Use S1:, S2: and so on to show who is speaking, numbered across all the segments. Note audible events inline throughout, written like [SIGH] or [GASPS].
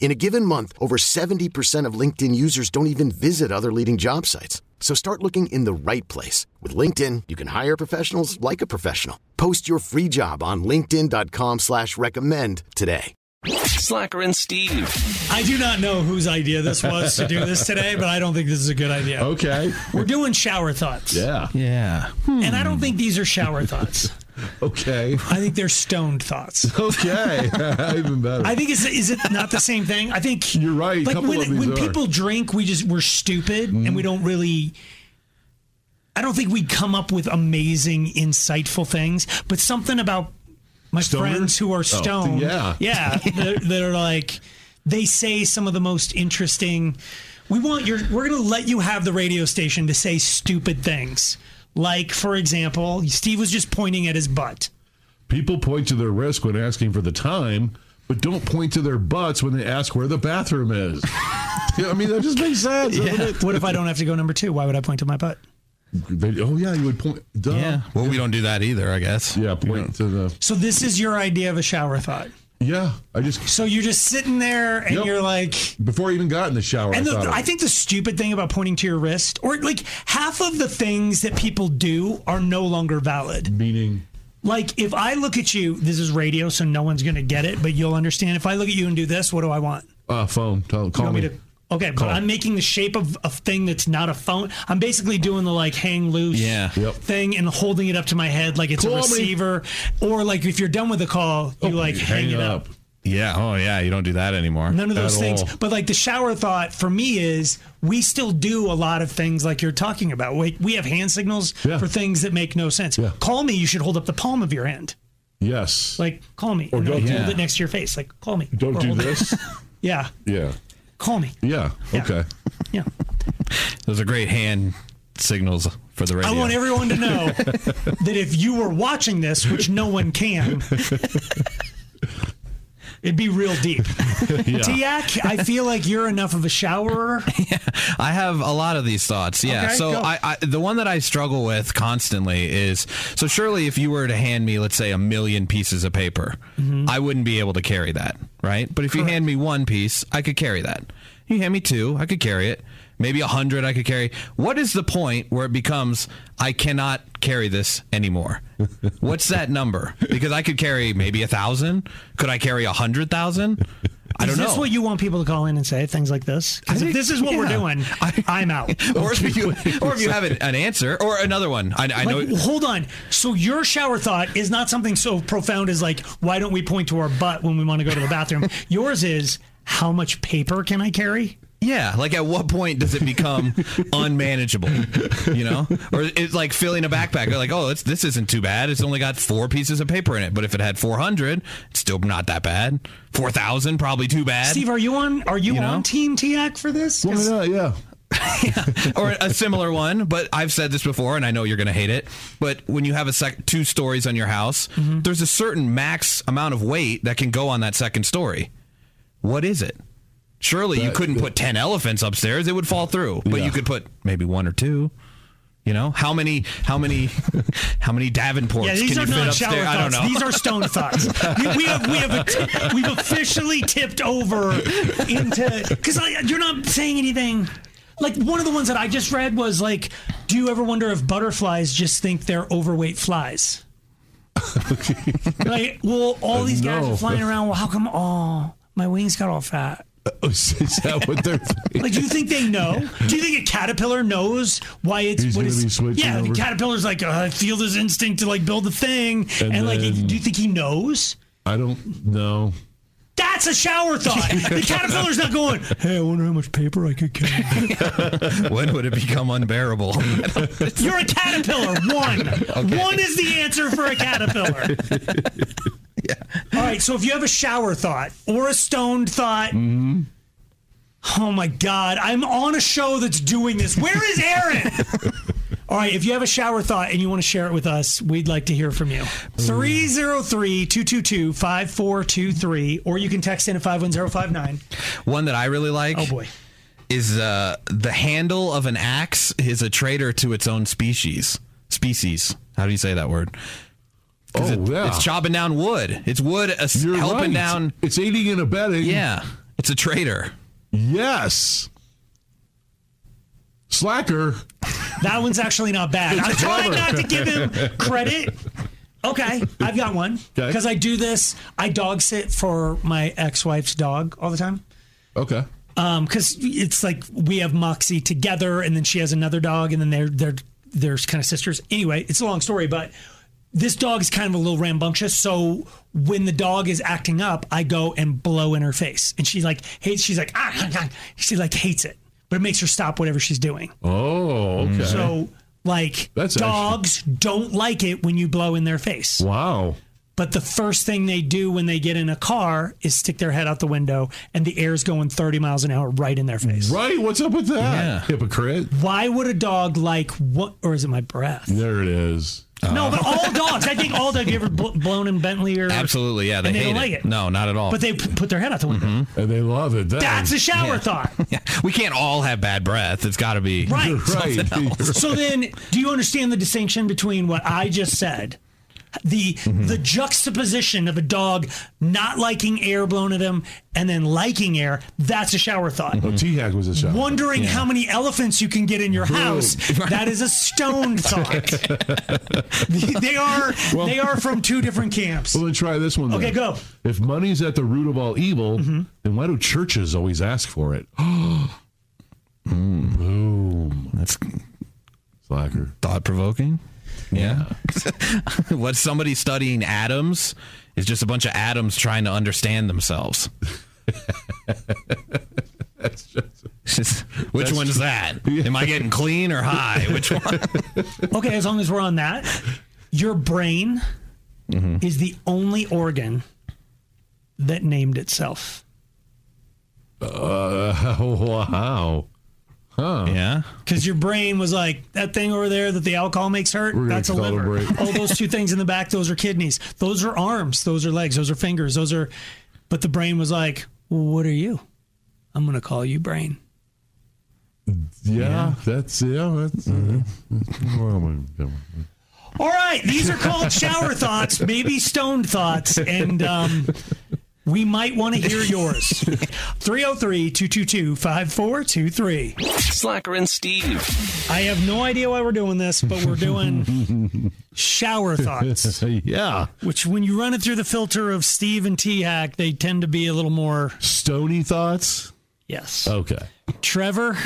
S1: In a given month, over 70% of LinkedIn users don't even visit other leading job sites. So start looking in the right place. With LinkedIn, you can hire professionals like a professional. Post your free job on linkedin.com slash recommend today.
S2: Slacker and Steve.
S3: I do not know whose idea this was to do this today, but I don't think this is a good idea.
S4: Okay.
S3: We're doing shower thoughts.
S4: Yeah.
S5: Yeah.
S3: And I don't think these are shower thoughts.
S4: Okay.
S3: I think they're stoned thoughts. [LAUGHS]
S4: Okay. [LAUGHS] Even better.
S3: I think is is it not the same thing? I think
S4: [LAUGHS] You're right, a
S3: Like
S4: couple
S3: when,
S4: of these
S3: when
S4: are. Mm-hmm.
S3: people drink, we just we're stupid and we don't really. I don't think we come up with amazing, insightful things, but something about my
S4: Stoners?
S3: friends who are stoned,
S4: Oh, yeah.
S3: yeah,
S4: [LAUGHS]
S3: that that are like they say some of the most interesting. We want your. We're going to let you have the radio station to say stupid things. Like, for example, Steve was just pointing at his butt.
S4: People point to their risk when asking for the time, but don't point to their butts when they ask where the
S3: [LAUGHS]
S4: bathroom is. Yeah, I mean, that just makes sense. doesn't it?
S3: What if I don't have to go number two? Why would I point to my butt?
S4: They- oh, yeah, you would point. Duh.
S5: Yeah.
S4: Yeah.
S5: Well, we don't do that either, I guess.
S4: point to the.
S3: So this is your idea of a shower thought.
S4: Yeah, I just
S3: So you're just sitting there and
S4: Yep.
S3: you're like,
S4: before I even got in the shower.
S3: and
S4: I,
S3: the,
S4: thought of
S3: I
S4: it.
S3: think the stupid thing about pointing to your wrist, or like half of the things that people do are no longer valid.
S4: meaning
S3: Like if I look at you, this is radio, so no one's gonna get it, but you'll understand. If I look at you and do this, what do I want?
S4: uh, phone. Tell,
S3: You
S4: call
S3: want
S4: me.
S3: me to? Okay,
S4: Call.
S3: but I'm making the shape of a thing that's not a phone. I'm basically doing the like hang loose
S5: Yeah.
S4: Yep.
S3: thing and holding it up to my head like it's
S4: Call
S3: a
S4: me.
S3: receiver, or like if you're done with the call, you like hang, it up.
S5: Yeah. Oh, yeah. You don't do that anymore.
S3: None of those
S4: At
S3: things.
S4: all.
S3: But like the shower thought for me is we still do a lot of things like you're talking about. We, we have hand signals
S4: Yeah.
S3: for things that make no sense.
S4: Yeah.
S3: Call me, you should hold up the palm of your hand.
S4: Yes.
S3: Like, call me. Or
S4: don't-
S3: hold
S5: Yeah.
S3: it next to your face. Like, call me.
S4: don't
S3: Or
S4: do
S3: hold it- [LAUGHS]
S4: this.
S3: Yeah.
S4: yeah.
S3: Call me.
S4: yeah.
S3: Yeah.
S4: Okay.
S3: Yeah.
S5: Those are great hand signals for the radio.
S3: I want everyone to
S4: [LAUGHS]
S3: know that if you were watching this, which no one
S4: [LAUGHS]
S3: can, it'd be real deep.
S4: Yeah.
S3: Tiak, I feel like you're enough of a showerer.
S5: I have a lot of these thoughts. Yeah.
S3: Okay,
S5: so
S3: go.
S5: I, I, the one that I struggle with constantly is so surely if you were to hand me, let's say, a million pieces of paper,
S3: Mm-hmm.
S5: I wouldn't be able to carry that, right? But if you hand me one piece, I could carry that. You hand me two, I could carry it. Maybe a hundred, I could carry. What is the point where it becomes I cannot carry this anymore? What's that number? Because I could carry maybe a thousand. Could I carry a hundred thousand? I don't
S3: is
S5: know.
S3: this what you want people to call in and say things like this? 'Cause
S5: I
S3: if
S5: think-
S3: this is what we're
S5: yeah.
S3: doing, [LAUGHS]
S5: I-
S3: I, am out.
S5: [LAUGHS] or if you, or if you have an, an answer, or another one. I, I know.
S3: Like, hold on. So your shower thought is not something so profound as like, why don't we point to our butt when we want to go to the
S5: [LAUGHS]
S3: bathroom? Yours is, how much paper can I carry?
S5: Yeah, like at what point does it become unmanageable? You know, or it's like filling a backpack. Like, oh, it's, this isn't too bad. It's only got four pieces of paper in it. But if it had four hundred, it's still not that bad. Four thousand, probably too bad.
S3: Steve, are you on? Are you,
S5: You know?
S3: on Team Tiak for this?
S4: Why
S3: 'Cause-
S4: not? Yeah. [LAUGHS]
S5: or a similar one, but I've said this before, and I know you're going to hate it. But when you have a sec- two stories on your house,
S3: Mm-hmm.
S5: there's a certain max amount of weight that can go on that second story. What is it? Surely you couldn't put ten elephants upstairs; it would fall through. But
S4: Yeah.
S5: you could put maybe one or two. You know how many? How
S3: [LAUGHS]
S5: many? how many Davenports
S3: Yeah, these
S5: can
S3: are
S5: you fit
S3: not
S5: upstairs?
S3: shower
S5: I don't
S3: thoughts.
S5: know.
S3: These are stone thoughts.
S5: [LAUGHS]
S3: We, we have we have a t- we've officially tipped over into because you're not saying anything. Like one of the ones that I just read was like, do you ever wonder if butterflies just think they're overweight
S5: [LAUGHS]
S3: flies? like, well, all these guys
S4: No.
S3: are flying around. Well, how come? Oh, my wings got all fat.
S4: Is that what they're?
S3: [LAUGHS] Like, do you think they know?
S4: [LAUGHS]
S3: Do you think a caterpillar knows why it's
S4: He's
S3: what
S4: gonna
S3: it's?
S4: be switching
S3: yeah,
S4: over.
S3: the caterpillar's like, uh, I feel this instinct to like build the thing, and,
S4: And
S3: like,
S4: then-
S3: do you think he knows?
S4: I don't know.
S3: That's a shower
S4: [LAUGHS]
S3: thought. the caterpillar's not going. Hey, I wonder how much paper I could carry.
S5: [LAUGHS] when would it become unbearable?
S3: [LAUGHS] You're a caterpillar. One. One is the answer for a caterpillar. All right. So if you have a shower thought or a stoned thought. Oh my God. I'm on a show that's doing this. Where is Aaron? All right, if you have a shower thought and you want to share it with us, we'd like to hear from you. 303 222 5423, or you can text in at 51059.
S5: One that I really like.
S3: Oh boy.
S5: is uh, the handle of an axe is a traitor to its own species. Species. How do you say that word? 'Cause
S4: Oh
S5: it-
S4: yeah,
S5: It's chopping down wood. It's wood uh,
S4: You're
S5: helping
S4: right.
S5: down.
S4: It's aiding and abetting.
S5: Yeah. It's a traitor.
S4: Yes. Slacker.
S3: That one's actually not bad. I'm trying not to give him credit. Okay, I've got one
S4: Okay.
S3: because I do this. I dog sit for my ex-wife's dog all the time
S4: Okay.
S3: because it's like we have Moxie together, and then she has another dog, and then they're they're they're kind of sisters. Anyway, it's a long story, but this dog is kind of a little rambunctious. So when the dog is acting up, I go and blow in her face, and she like hates. She's like ah, ah, ah." she like hates it, but it makes her stop whatever she's doing.
S4: Oh, okay.
S3: So, like,
S4: That's
S3: dogs don't like it when you blow in their face.
S4: wow.
S3: But the first thing they do when they get in a car is stick their head out the window, and the air's going 30 miles an hour right in their face.
S4: Right. What's up with that?
S5: Yeah.
S4: Hypocrite.
S3: Why would a dog like what? Or is it my breath?
S4: There it is.
S3: No, but all dogs. I think all dogs. You ever bl- blown in Bentley or
S5: Absolutely. Yeah. They,
S3: And they
S5: hate
S3: don't like it.
S5: No, not at all.
S3: But they p- put their head out the window.
S4: And they love it. Then.
S3: That's a shower thought.
S5: [LAUGHS] we can't all have bad breath. It's got to be.
S3: Right.
S4: You're [LAUGHS] right.
S3: So then, do you understand the distinction between what I just said, the
S4: Mm-hmm.
S3: the juxtaposition of a dog not liking air blown at him and then liking air? That's a shower thought.
S4: T hack was a shower.
S3: Wondering how many elephants you can get in your
S4: [LAUGHS]
S3: house. That is a stoned thought. they are they are from two different camps.
S4: Well, then try this one. then.
S3: Okay, go.
S4: If money's at the root of all evil, then why do churches always ask for it? [GASPS]
S5: That's
S4: Slacker.
S5: thought provoking. Yeah. [LAUGHS] what somebody studying atoms is just a bunch of atoms trying to understand themselves. Just- which one's that? Am I getting clean or high? Which one?
S3: Okay, as long as we're on that, your brain
S4: Mm-hmm.
S3: is the only organ that named itself.
S4: Uh, [LAUGHS] wow.
S5: yeah.
S3: Because your brain was like, that thing over there that the alcohol makes hurt,
S4: gonna
S3: that's a
S4: call it a
S3: liver.
S4: break.
S3: All those two things in the back, those are kidneys. Those are arms. Those are legs. Those are fingers. Those are. But the brain was like, well, what are you? I'm going to call you brain.
S4: Yeah, Mm-hmm. that's yeah, that's. Uh,
S3: All right. These are called shower thoughts, maybe stoned thoughts. And um, we might want to hear yours. 303 222 5423.
S2: Slacker and Steve.
S3: I have no idea why we're doing this, but we're doing shower thoughts,
S4: [LAUGHS] yeah,
S3: which when you run it through the filter of Steve and T Hack, they tend to be a little more
S4: stony thoughts.
S3: yes.
S4: Okay,
S3: Trevor,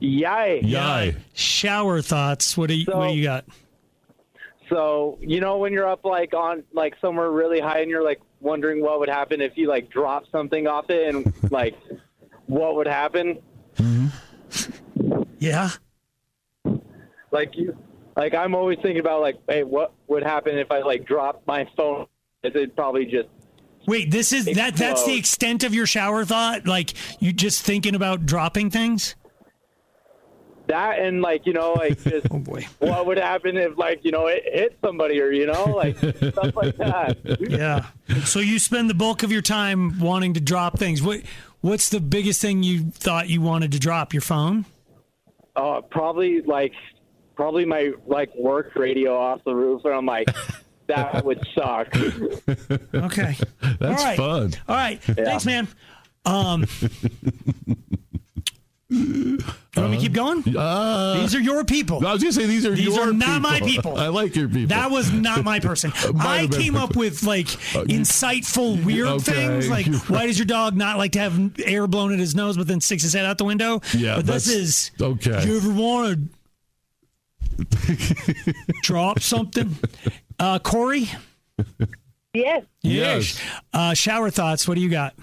S6: Yikes.
S4: yay.
S3: shower thoughts. What do you, what do you got?
S6: So, you know, when you're up like on like somewhere really high and you're like wondering what would happen if you like drop something off it and like what would happen?
S3: Yeah.
S6: Like you like I'm always thinking about like, hey, what would happen if I like dropped my phone? It'd probably just
S3: Wait, this is that that's the
S6: Explode.
S3: extent of your shower thought? Like you just thinking about dropping things?
S6: that and like, you
S3: [LAUGHS]
S6: know, like just
S3: Oh boy.
S6: what would happen if like, you know, it hit somebody or you know, like stuff like that.
S3: [LAUGHS]
S4: [LAUGHS]
S3: Yeah. so you spend the bulk of your time wanting to drop things. What what's the biggest thing you thought you wanted to drop? Your phone?
S6: Oh, probably like probably my like work radio off the roof, and I'm like, that would suck.
S4: [LAUGHS]
S3: Okay.
S4: That's
S3: All right.
S4: fun. [LAUGHS]
S3: All right. Thanks, man. Um, You want me to keep going?
S4: Uh,
S3: These are your people.
S4: I was gonna say these are
S3: These
S4: your
S3: are not my people.
S4: I like your people.
S3: That was not my person.
S4: [LAUGHS] Might
S3: I
S4: have been. Uh,
S3: came up with like insightful, weird
S4: okay,
S3: things. Like,
S4: you're
S3: why does your dog not like to have air blown at his nose, but then sticks his head out the window?
S4: Yeah,
S3: but this
S4: that's-
S3: is
S4: okay.
S3: You ever wanted drop something, uh, Corey?
S7: Yes,
S4: Yes.
S3: Uh, shower thoughts. What do you got?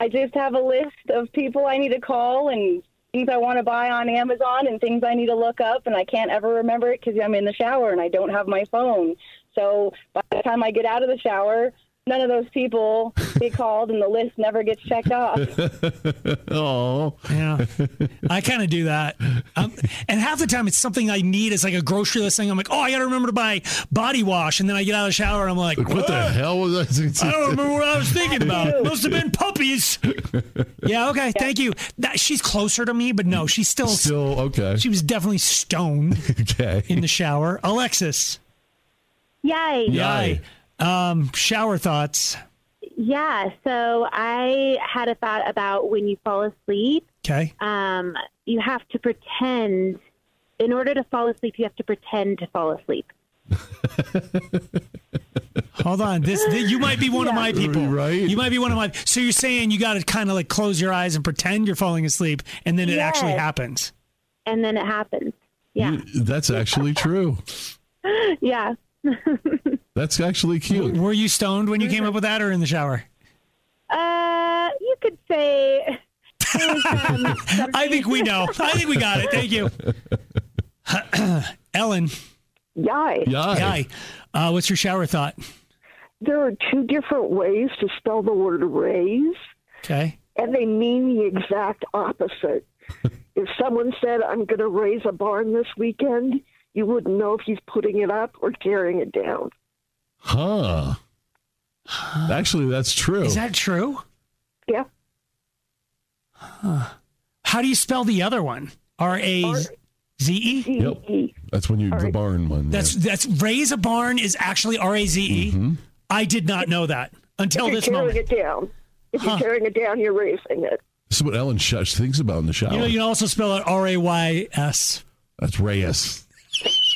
S7: I just have a list of people I need to call and things I want to buy on Amazon and things I need to look up, and I can't ever remember it because I'm in the shower and I don't have my phone. So by the time I get out of the shower, none of those people [LAUGHS] get called, and the list never gets
S8: [LAUGHS]
S7: checked off.
S4: Oh,
S3: Yeah, I kind of do that, um, and half the time it's something I need. It's like a grocery list thing. I'm like, oh, I got to remember to buy body wash, and then I get out of the shower and I'm like,
S4: like, what the hell
S3: [LAUGHS]
S4: was
S3: I
S4: that? [LAUGHS]
S3: don't remember what I was thinking about. Must have been puppies. Yeah, okay, thank you. That, she's closer to me, but no, she's still,
S4: Still
S3: [LAUGHS]
S4: okay.
S3: she was definitely stoned
S4: Okay.
S3: in the shower. [LAUGHS] Alexis,
S8: Yay.
S4: Yay.
S3: um, shower thoughts.
S8: Yeah. So I had a thought about when you fall asleep,
S3: Okay,
S8: um, you have to pretend, in order to fall asleep, you have to pretend to fall asleep.
S3: hold on. This, th you might be one of my people,
S4: Right.
S3: You might be one of my. So you're saying you got to kind of like close your eyes and pretend you're falling asleep, and then it actually
S8: Yes.
S3: happens.
S8: And then it happens. Yeah.
S4: You- That's actually true.
S8: [LAUGHS] Yeah.
S4: That's
S3: [LAUGHS]
S4: actually cute.
S3: Were you stoned when you came up with that, or in the shower?
S8: Uh, you could say. there was, um,
S3: [LAUGHS] I think we know. I think we got it. Thank you, [CLEARS THROAT] Ellen.
S9: Yai.
S4: Yeah.
S3: Hi. Uh, what's your shower thought?
S9: There are two different ways to spell the word raise,
S3: Okay.
S9: and they mean the exact opposite.
S3: [LAUGHS]
S9: if someone said, I'm going to raise a barn this weekend, you wouldn't know if he's putting it up or tearing it down.
S4: Huh. Actually, that's true.
S3: Is that true?
S9: Yeah.
S3: How do you spell the other one? R A E? Z E.
S4: Yep. That's when you the barn one.
S3: That's
S4: yeah.
S3: that's raise a barn is actually R A Z E. I did not know that until
S9: If you're
S3: this
S9: tearing
S3: moment.
S9: it down. If you're tearing it down, you're raising it.
S4: This is what Ellen Shush thinks about in the shower.
S3: You know, you can also spell it R A Y S.
S4: that's Reyes.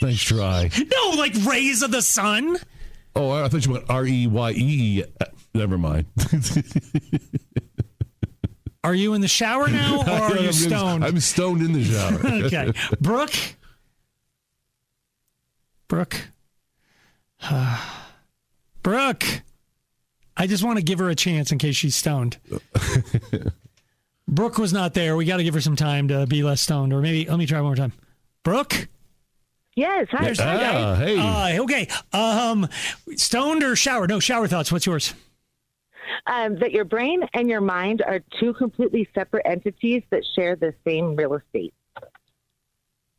S4: Thanks, try.
S3: No, like rays of the sun.
S4: Oh, I I thought you went R E Y E. Uh, Never mind. [LAUGHS]
S3: Are you in the shower [LAUGHS] now, or are you
S4: I'm-
S3: stoned?
S4: I'm stoned in the
S3: [LAUGHS]
S4: shower. [LAUGHS]
S3: okay, Brooke. Brooke. [SIGHS] Brooke. I just want to give her a chance in case she's
S4: [LAUGHS]
S3: stoned. Brooke was not there. We got to give her some time to be less stoned, or maybe let me try one more time. Brooke.
S9: Yes. Hi.
S4: ah, hey.
S3: Uh, okay. Um, stoned or shower? No, shower thoughts. What's yours?
S7: um, that your brain and your mind are two completely separate entities that share the same real estate.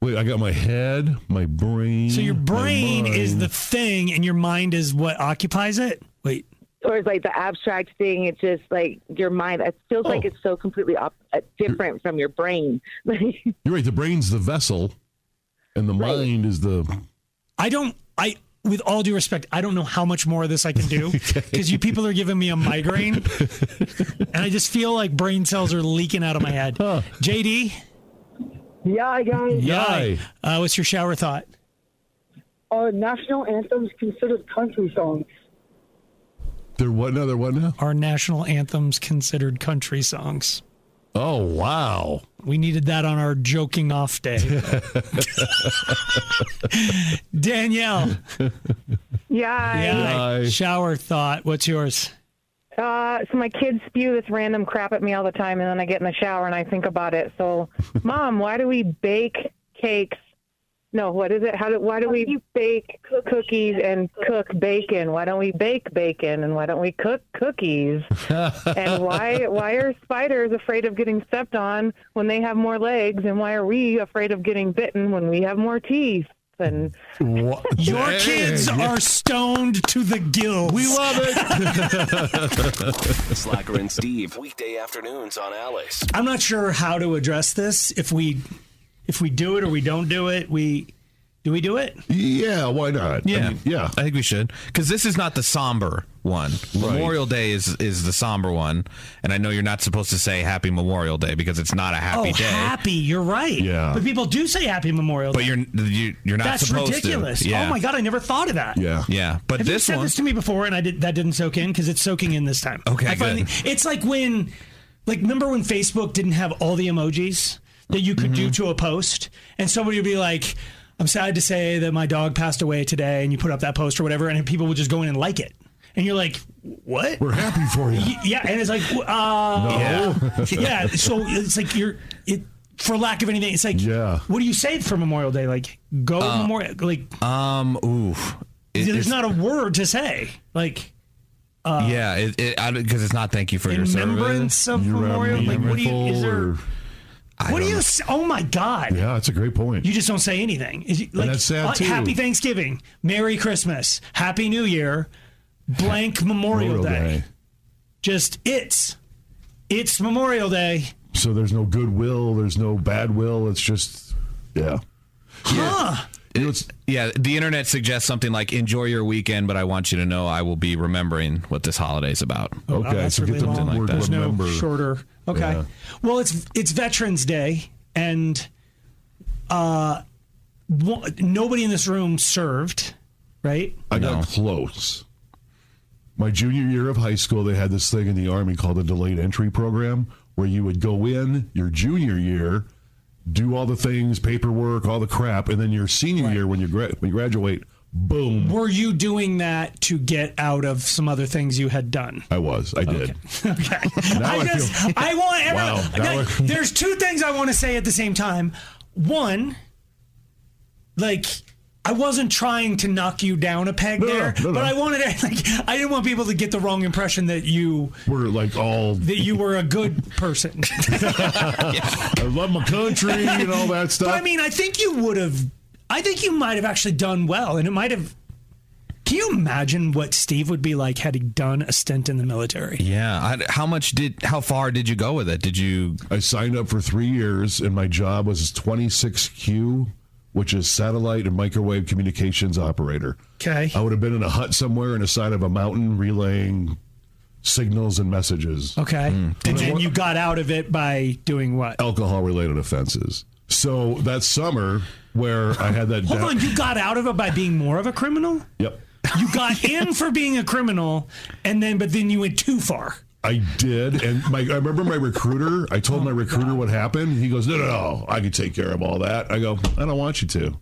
S4: Wait, I got my head, my brain.
S3: So your
S4: Mm, my
S3: brain is
S4: mind.
S3: the thing, and your mind is what occupies it. Wait.
S7: Or it's like the abstract thing. It's just like your mind. It feels like
S4: Oh.
S7: it's so completely op- uh, different from your brain. [LAUGHS]
S4: You're right. The brain's the vessel, and the mind is the.
S3: I don't. I with all due respect, I don't know how much more of this I can
S4: [LAUGHS]
S3: do because you people are giving me a migraine, and I just feel like brain cells are leaking out of my head. JD,
S9: Yai, guys.
S4: Yay.
S3: uh, what's your shower thought?
S9: Are national anthems considered country songs?
S4: They're what now? They're what now?
S3: Are national anthems considered country songs?
S4: Oh wow!
S3: We needed that on our joking off day. [LAUGHS] Danielle,
S7: yeah.
S3: yeah,
S4: Yay.
S3: shower thought. What's yours?
S7: Uh, so my kids spew this random crap at me all the time, and then I get in the shower and I think about it. So, mom, why do we bake cakes? No, what is it? How do why do we bake cookies and cook bacon? Why don't we bake bacon and why don't we cook cookies? and why why are spiders afraid of getting stepped on when they have more legs? And why are we afraid of getting bitten when we have more teeth? And
S4: Wha-
S3: Your
S4: Dang.
S3: kids are stoned to the gills.
S4: We love
S3: [LAUGHS]
S4: it.
S2: Slacker and Steve, weekday afternoons on Alice.
S3: I'm not sure how to address this. If we if we do it or we don't do it, we Do we do it?
S4: Yeah, why not?
S5: Yeah,
S4: mean, yeah.
S5: I think we should because this is not the somber one. Memorial Day is is the somber one, and I know you're not supposed to say Happy Memorial Day because it's not a happy
S3: oh,
S5: day.
S3: happy. You're right.
S5: Yeah.
S3: But people do say Happy Memorial
S5: but
S3: Day.
S5: you're you, you're not
S3: That's
S5: supposed
S3: ridiculous.
S5: to. Yeah.
S3: Oh my god, I never thought of that.
S4: Yeah.
S5: Yeah. But
S3: Have you
S5: this
S3: said
S5: one.
S3: this to me before, and I did that didn't soak in because it's soaking in this time.
S5: Okay,
S3: I finally,
S5: good.
S3: it's like when, like, remember when Facebook didn't have all the emojis that you could do
S5: Mm-hmm.
S3: to a post, and somebody would be like, "I'm sad to say that my dog passed away today," and you put up that post or whatever, and people would just go in and like it, and you're like, "What?
S4: We're happy for you.
S3: Y- Yeah, and it's like, w- uh,
S4: No.
S3: yeah.
S5: [LAUGHS]
S3: yeah. So it's like you're it for lack of anything. It's like,
S4: Yeah.
S3: What do you say for Memorial Day? Like, go Memorial. Like,
S5: um. Ooh. It-
S3: there's
S5: Uh, it's-
S3: not a word to say. Like,
S5: yeah. It. Because it, because it's not thank you for your service.
S3: remembrance of
S4: You
S3: Memorial. Like, what do you? Is there?
S4: or-
S5: I
S3: What do
S5: don't
S3: you?
S5: know.
S3: s- Oh my God.
S4: yeah, that's a great point.
S3: You just don't say anything. Is you- like,
S4: that's sad,
S3: uh,
S4: too.
S3: Happy Thanksgiving, Merry Christmas, Happy New Year,
S4: [LAUGHS]
S3: blank Memorial, Day. Just it's, it's Memorial Day.
S4: So there's no goodwill. There's no bad will. It's just, yeah.
S3: Huh.
S4: You know, it's,
S5: Yeah, the internet suggests something like "enjoy your weekend," but I want you to know I will be remembering what this holiday is about.
S4: okay,
S3: Wow, that's
S4: so
S3: really
S4: get the
S3: long.
S4: word
S3: There's
S4: remember.
S3: no shorter. Okay.
S4: Yeah.
S3: Well, it's it's Veterans Day, and uh, wo- nobody in this room served, right?
S4: I got close. My junior year of high school, they had this thing in the Army called the delayed entry program, where you would go in your junior year, do all the things, paperwork, all the crap, and then your senior year, when you, gra- when you graduate, boom,
S3: Were you doing that to get out of some other things you had done?
S4: I was. I did.
S3: Okay.
S4: Now
S3: I
S4: I
S3: just
S4: feel-
S3: [LAUGHS] I want
S4: Wow,
S3: everyone.
S4: now
S3: like,
S4: I-
S3: there's two things I want to say at the same time. One, like I wasn't trying to knock you down a peg
S4: No, no,
S3: there,
S4: no, no.
S3: but I wanted to [LAUGHS] like I didn't want people to get the wrong impression that you
S4: We're like all,
S3: that you were a good
S4: [LAUGHS]
S3: person.
S4: I love my country and all that
S3: [LAUGHS]
S4: stuff.
S3: But I mean, I think you would have. I think you might have actually done well, and it might have. Can you imagine what Steve would be like had he done a stint in the military?
S5: Yeah, I, how much did how far did you go with it? Did you
S4: I signed up for three years, and my job was 26Q, which is satellite and microwave communications operator.
S3: Okay.
S4: I would have been in a hut somewhere in the side of a mountain relaying signals and messages,
S3: Okay. And then you got out of it by doing what?
S4: alcohol related offenses. So that summer, where I had that.
S3: Hold
S4: da-
S3: on, you got out of it by being more of a criminal?
S4: Yep.
S3: You [LAUGHS] got in for being a criminal, and then, but then you went too far.
S4: I did, and my I remember my recruiter. I
S3: Oh,
S4: told my recruiter what happened. He goes, "No, no, no, I can take care of all that." I go, "I don't want you to."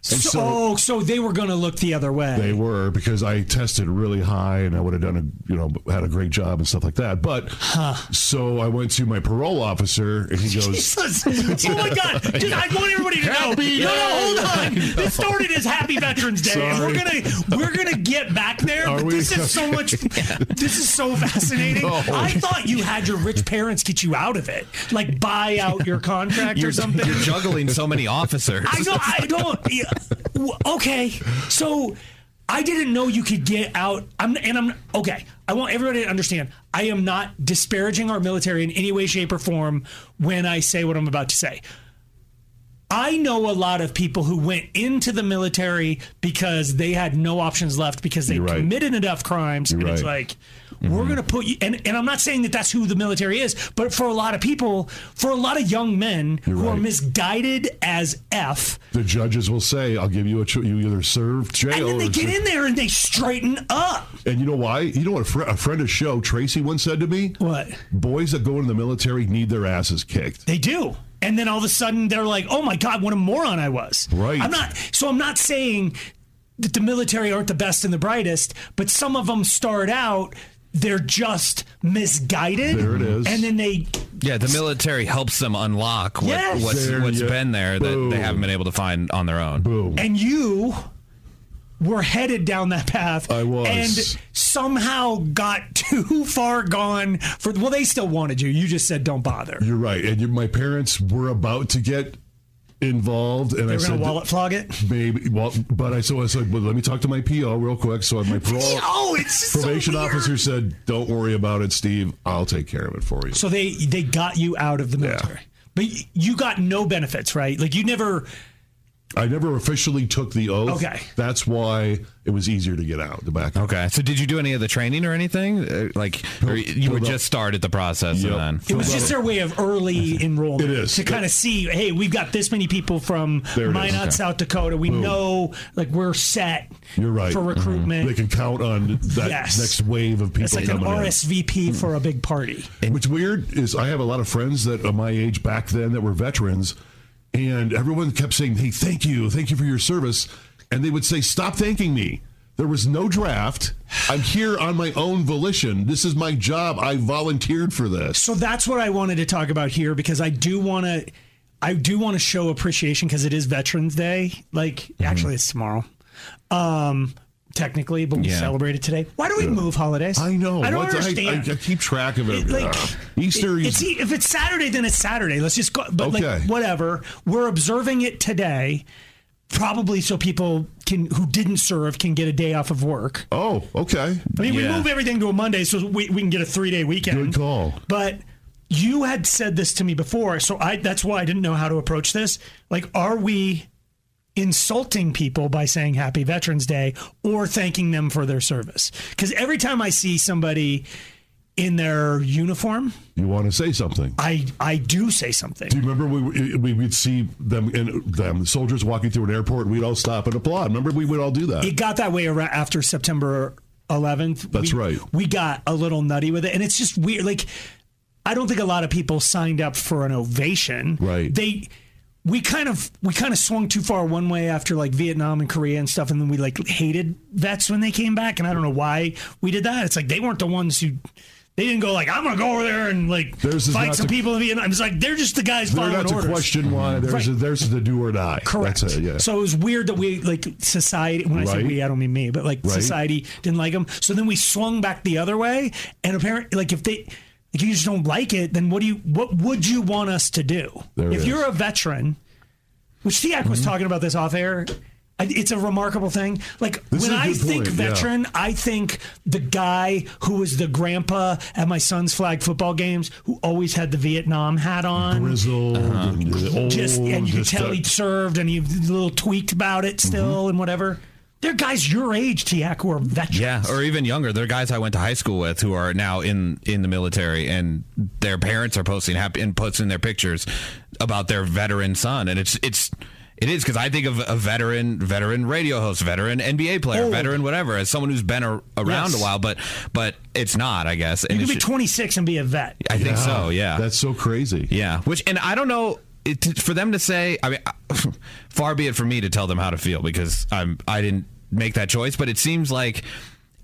S3: So,
S4: so-
S3: oh, so they were going to look the other way.
S4: They were because I tested really high and I would have done a you know had a great job and stuff like that. But so I went to my parole officer and he
S3: [LAUGHS]
S4: goes,
S3: Jesus. Oh my God! Just, I want everybody to
S4: Happy
S3: know. No, no,
S4: Day.
S3: hold on. This started as Happy Veterans Day, and we're gonna we're gonna get back there.
S4: Are
S3: but
S4: we?
S3: this is so much. [LAUGHS] This is so fascinating.
S4: No.
S3: I thought you had your rich parents get you out of it, like buy out [LAUGHS] your contract or something.
S5: you're juggling
S3: [LAUGHS]
S5: so many officers?
S3: I don't. I don't. yeah. W- Okay, so I didn't know you could get out. I'm and I'm okay. I want everybody to understand. I am not disparaging our military in any way, shape, or form when I say what I'm about to say. I know a lot of people who went into the military because they had no options left because they
S4: You're right.
S3: committed enough crimes. and it's
S4: right. Mm-hmm.
S3: like, we're going to put you, and, and I'm not saying that that's who the military is, but for a lot of people, for a lot of young men who are
S4: right.
S3: misguided as F,
S4: "The judges will say I'll give you a cho- you either serve jail
S3: and then they
S4: or
S3: get
S4: serve-"
S3: in there and they straighten up.
S4: and you know why? You know what a, fr- a friend of show Tracy once said to me?
S3: What?
S4: Boys that go into the military need their asses kicked.
S3: They do. And then all of a sudden they're like, oh my God, what a moron I was.
S4: Right.
S3: I'm not, so I'm not saying that the military aren't the best and the brightest, but some of them start out, they're just misguided.
S4: There it is.
S3: And then they,
S5: yeah, the military helps them unlock what,
S3: Yes.
S5: what's
S4: There
S5: what's
S4: you-
S5: been there
S4: Boom.
S5: that they haven't been able to find on their own.
S4: Boom.
S3: and you were headed down that path.
S4: I was.
S3: And somehow got [LAUGHS] too far gone for, well, they still wanted you. You just said, don't bother.
S4: You're right. And you, my parents were about to get involved, and I
S3: They're going
S4: said,
S3: to wallet flog it.
S4: "Maybe." Well, but I so I said, "Well, let me talk to my PO real quick." So my parole.
S3: Oh, it's just so
S4: probation
S3: weird.
S4: officer said, "Don't worry about it, Steve. I'll take care of it for you."
S3: So they they got you out of the military, but you got no benefits, right? Like you never.
S4: I never officially took the oath.
S3: Okay.
S4: That's why it was easier to get out the back.
S5: Okay. So did you do any of the training or anything? Uh, Like or you you were just started the process
S4: Yep.
S5: and
S3: It
S5: then
S3: was just their way of early enrollment
S4: It is.
S3: to kind of see, hey, we've got this many people from
S4: There it is.
S3: Minot,
S4: Okay.
S3: South Dakota. We know, like, we're set
S4: You're right. Mm-hmm.
S3: for recruitment.
S4: They can count on that
S3: Yes.
S4: next wave of people
S3: It's like an
S4: coming in.
S3: RSVP for a big party.
S4: What's weird is I have a lot of friends that are my age back then that were veterans, and everyone kept saying, "Hey, thank you, thank you for your service," and they would say, "Stop thanking me." There was no draft. I'm here on my own volition. This is my job. I volunteered for this.
S3: So that's what I wanted to talk about here because I do want to, I do want to show appreciation because it is Veterans Day. Like,
S4: Mm-hmm.
S3: actually, it's tomorrow, um, technically, but we
S5: Yeah.
S3: celebrate it today. Why do we move holidays?
S4: I know.
S3: I don't
S4: What the-
S3: understand.
S4: I, I keep track of it.
S3: It, like,
S4: Ugh. [SIGHS] Easter
S3: It-
S4: is
S3: it's, e- if it's Saturday, then it's Saturday. Let's just go. But
S4: Okay.
S3: like, whatever. We're observing it today, probably so people can who didn't serve can get a day off of work.
S4: oh okay.
S3: I mean, we
S5: Yeah.
S3: move everything to a Monday so we, we can get a three day weekend.
S4: Good call.
S3: But you had said this to me before, so I that's why I didn't know how to approach this. Like, are we insulting people by saying Happy Veterans Day or thanking them for their service? Because every time I see somebody in their uniform,
S4: You want to say something?
S3: I I do say something.
S4: Do you remember we we would see them and them the soldiers walking through an airport? We'd all stop and applaud. Remember, we would all do that.
S3: It got that way around after September 11th.
S4: That's
S3: We-
S4: right.
S3: We got a little nutty with it, and it's just weird. Like, I don't think a lot of people signed up for an ovation.
S4: Right.
S3: They. We kind of we kind of swung too far one way after like Vietnam and Korea and stuff, and then we like hated vets when they came back, and I don't know why we did that. It's like they weren't the ones who they didn't go like I'm gonna go over there and like
S4: Theirs is
S3: fight
S4: not
S3: some
S4: to-
S3: people in Vietnam. It's like they're just the guys
S4: They're
S3: following
S4: not to
S3: orders.
S4: question why. There's
S3: Right.
S4: a, there's the do or die.
S3: Correct.
S4: That's it. Yeah.
S3: So it was weird that we like society. When I say
S4: Right.
S3: we, I don't mean me, but like
S4: Right.
S3: society didn't like them. So then we swung back the other way, and apparently, like if they. Like you just don't like it, then what do you? What would you want us to do?
S4: There it
S3: if
S4: is. Mm-hmm.
S3: you're a veteran, which Tiak was talking about this off air, I- it's a remarkable thing. Like
S4: This is
S3: when
S4: a
S3: I
S4: good
S3: think
S4: point, yeah.
S3: veteran, I think the guy who was the grandpa at my son's flag football games, who always had the Vietnam hat on,
S4: Grizzled and old.
S3: uh-huh. just
S5: Oh,
S3: and you could
S4: just
S3: tell
S4: that-
S3: he served and he's a little tweaked about it still
S5: Mm-hmm.
S3: and whatever. They're guys your age, Tiak, who are veterans.
S5: yeah, or even younger. There are guys I went to high school with who are now in in the military, and their parents are posting happy and posting their pictures about their veteran son, and it's it's. It is because I think of a veteran, veteran radio host, veteran NBA player,
S3: Old.
S5: veteran whatever, as someone who's been a, around
S3: Yes.
S5: a while, but but it's not, I guess. And
S3: you
S5: it
S3: can be
S5: should-
S3: 26 and be a vet.
S5: I think so. Yeah,
S4: Ah, That's so crazy.
S5: Yeah, which and I don't know it, to- for them to say. I mean, [LAUGHS] far be it for me to tell them how to feel because I'm I didn't make that choice. But it seems like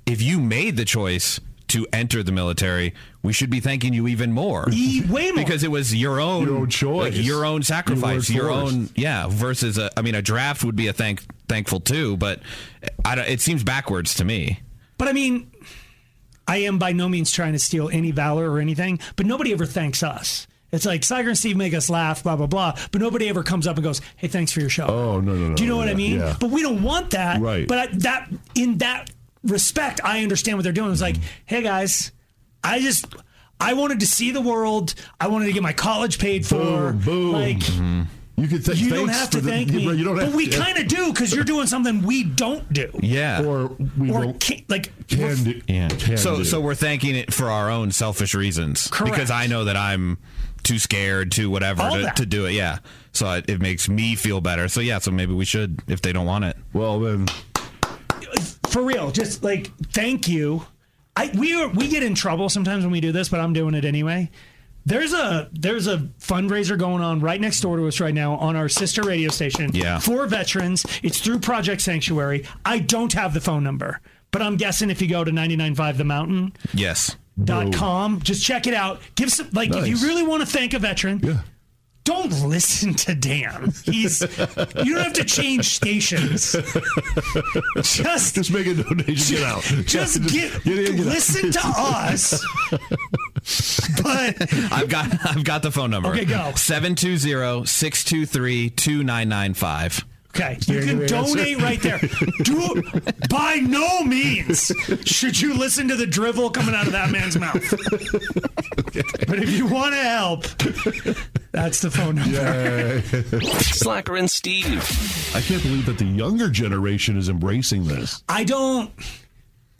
S5: if you made the choice to enter the military, we should be thanking you even more.
S3: E- way more.
S5: Because it was your own,
S4: Your own choice.
S5: like, your own sacrifice,
S4: You
S5: your
S4: weren't forced.
S5: own yeah. Versus a, I mean, a draft would be a thank thankful too, but I don't, it seems backwards to me.
S3: But I mean, I am by no means trying to steal any valor or anything, but nobody ever thanks us. It's like Siger and Steve make us laugh, blah, blah, blah, but nobody ever comes up and goes, hey, thanks for your show.
S4: Oh no no no.
S3: Do you know what I
S4: yeah,
S3: mean?
S4: Yeah.
S3: But we don't want that.
S4: Right.
S3: But I, that in that respect, I understand what they're doing. It's like, hey guys, I just I wanted to see the world. I wanted to get my college paid for.
S4: Boom, boom.
S3: Like
S4: you could th-
S3: you
S4: thanks
S3: don't have
S4: for
S3: to
S4: the,
S3: thank
S4: you-
S3: me.
S4: You don't
S3: but
S4: have
S3: we
S4: to-
S3: kind of do because you're doing something we don't do.
S5: Yeah.
S4: or we
S3: Or
S4: don't
S3: can, like we're-
S4: can do.
S5: Yeah.
S4: Can
S5: so
S4: do.
S5: so we're thanking it for our own selfish reasons.
S3: Correct.
S5: Because I know that I'm too scared, too whatever
S3: All
S5: to,
S3: that.
S5: to do it. Yeah. So it, it makes me feel better. So yeah. So maybe we should if they don't want it.
S4: well then
S3: for real, just like thank you. I we are we get in trouble sometimes when we do this, but I'm doing it anyway. There's a there's a fundraiser going on right next door to us right now on our sister radio station
S5: Yeah.
S3: for veterans. It's through Project Sanctuary. I don't have the phone number, but I'm guessing if you go to 995themountain.com,
S5: Yes.
S3: just check it out. Give some like if
S4: Nice.
S3: you really want to thank a veteran,
S4: yeah.
S3: don't listen to Dan. He's you don't have to change
S4: [LAUGHS]
S3: stations. Just
S4: Just make a donation. Get out.
S3: [LAUGHS] just get,
S4: [LAUGHS] get in, get out.
S3: listen to us. but
S5: I've got [LAUGHS] I've got the phone number.
S3: Okay, go.
S5: 720-623-2995.
S3: okay, you
S4: There
S3: can
S4: you answer.
S3: donate right there. Do by no means should you listen to the drivel coming out of that man's mouth. But if you want to help, That's the phone number.
S2: Slacker and Steve.
S4: I can't believe that the younger generation is embracing this.
S3: I don't.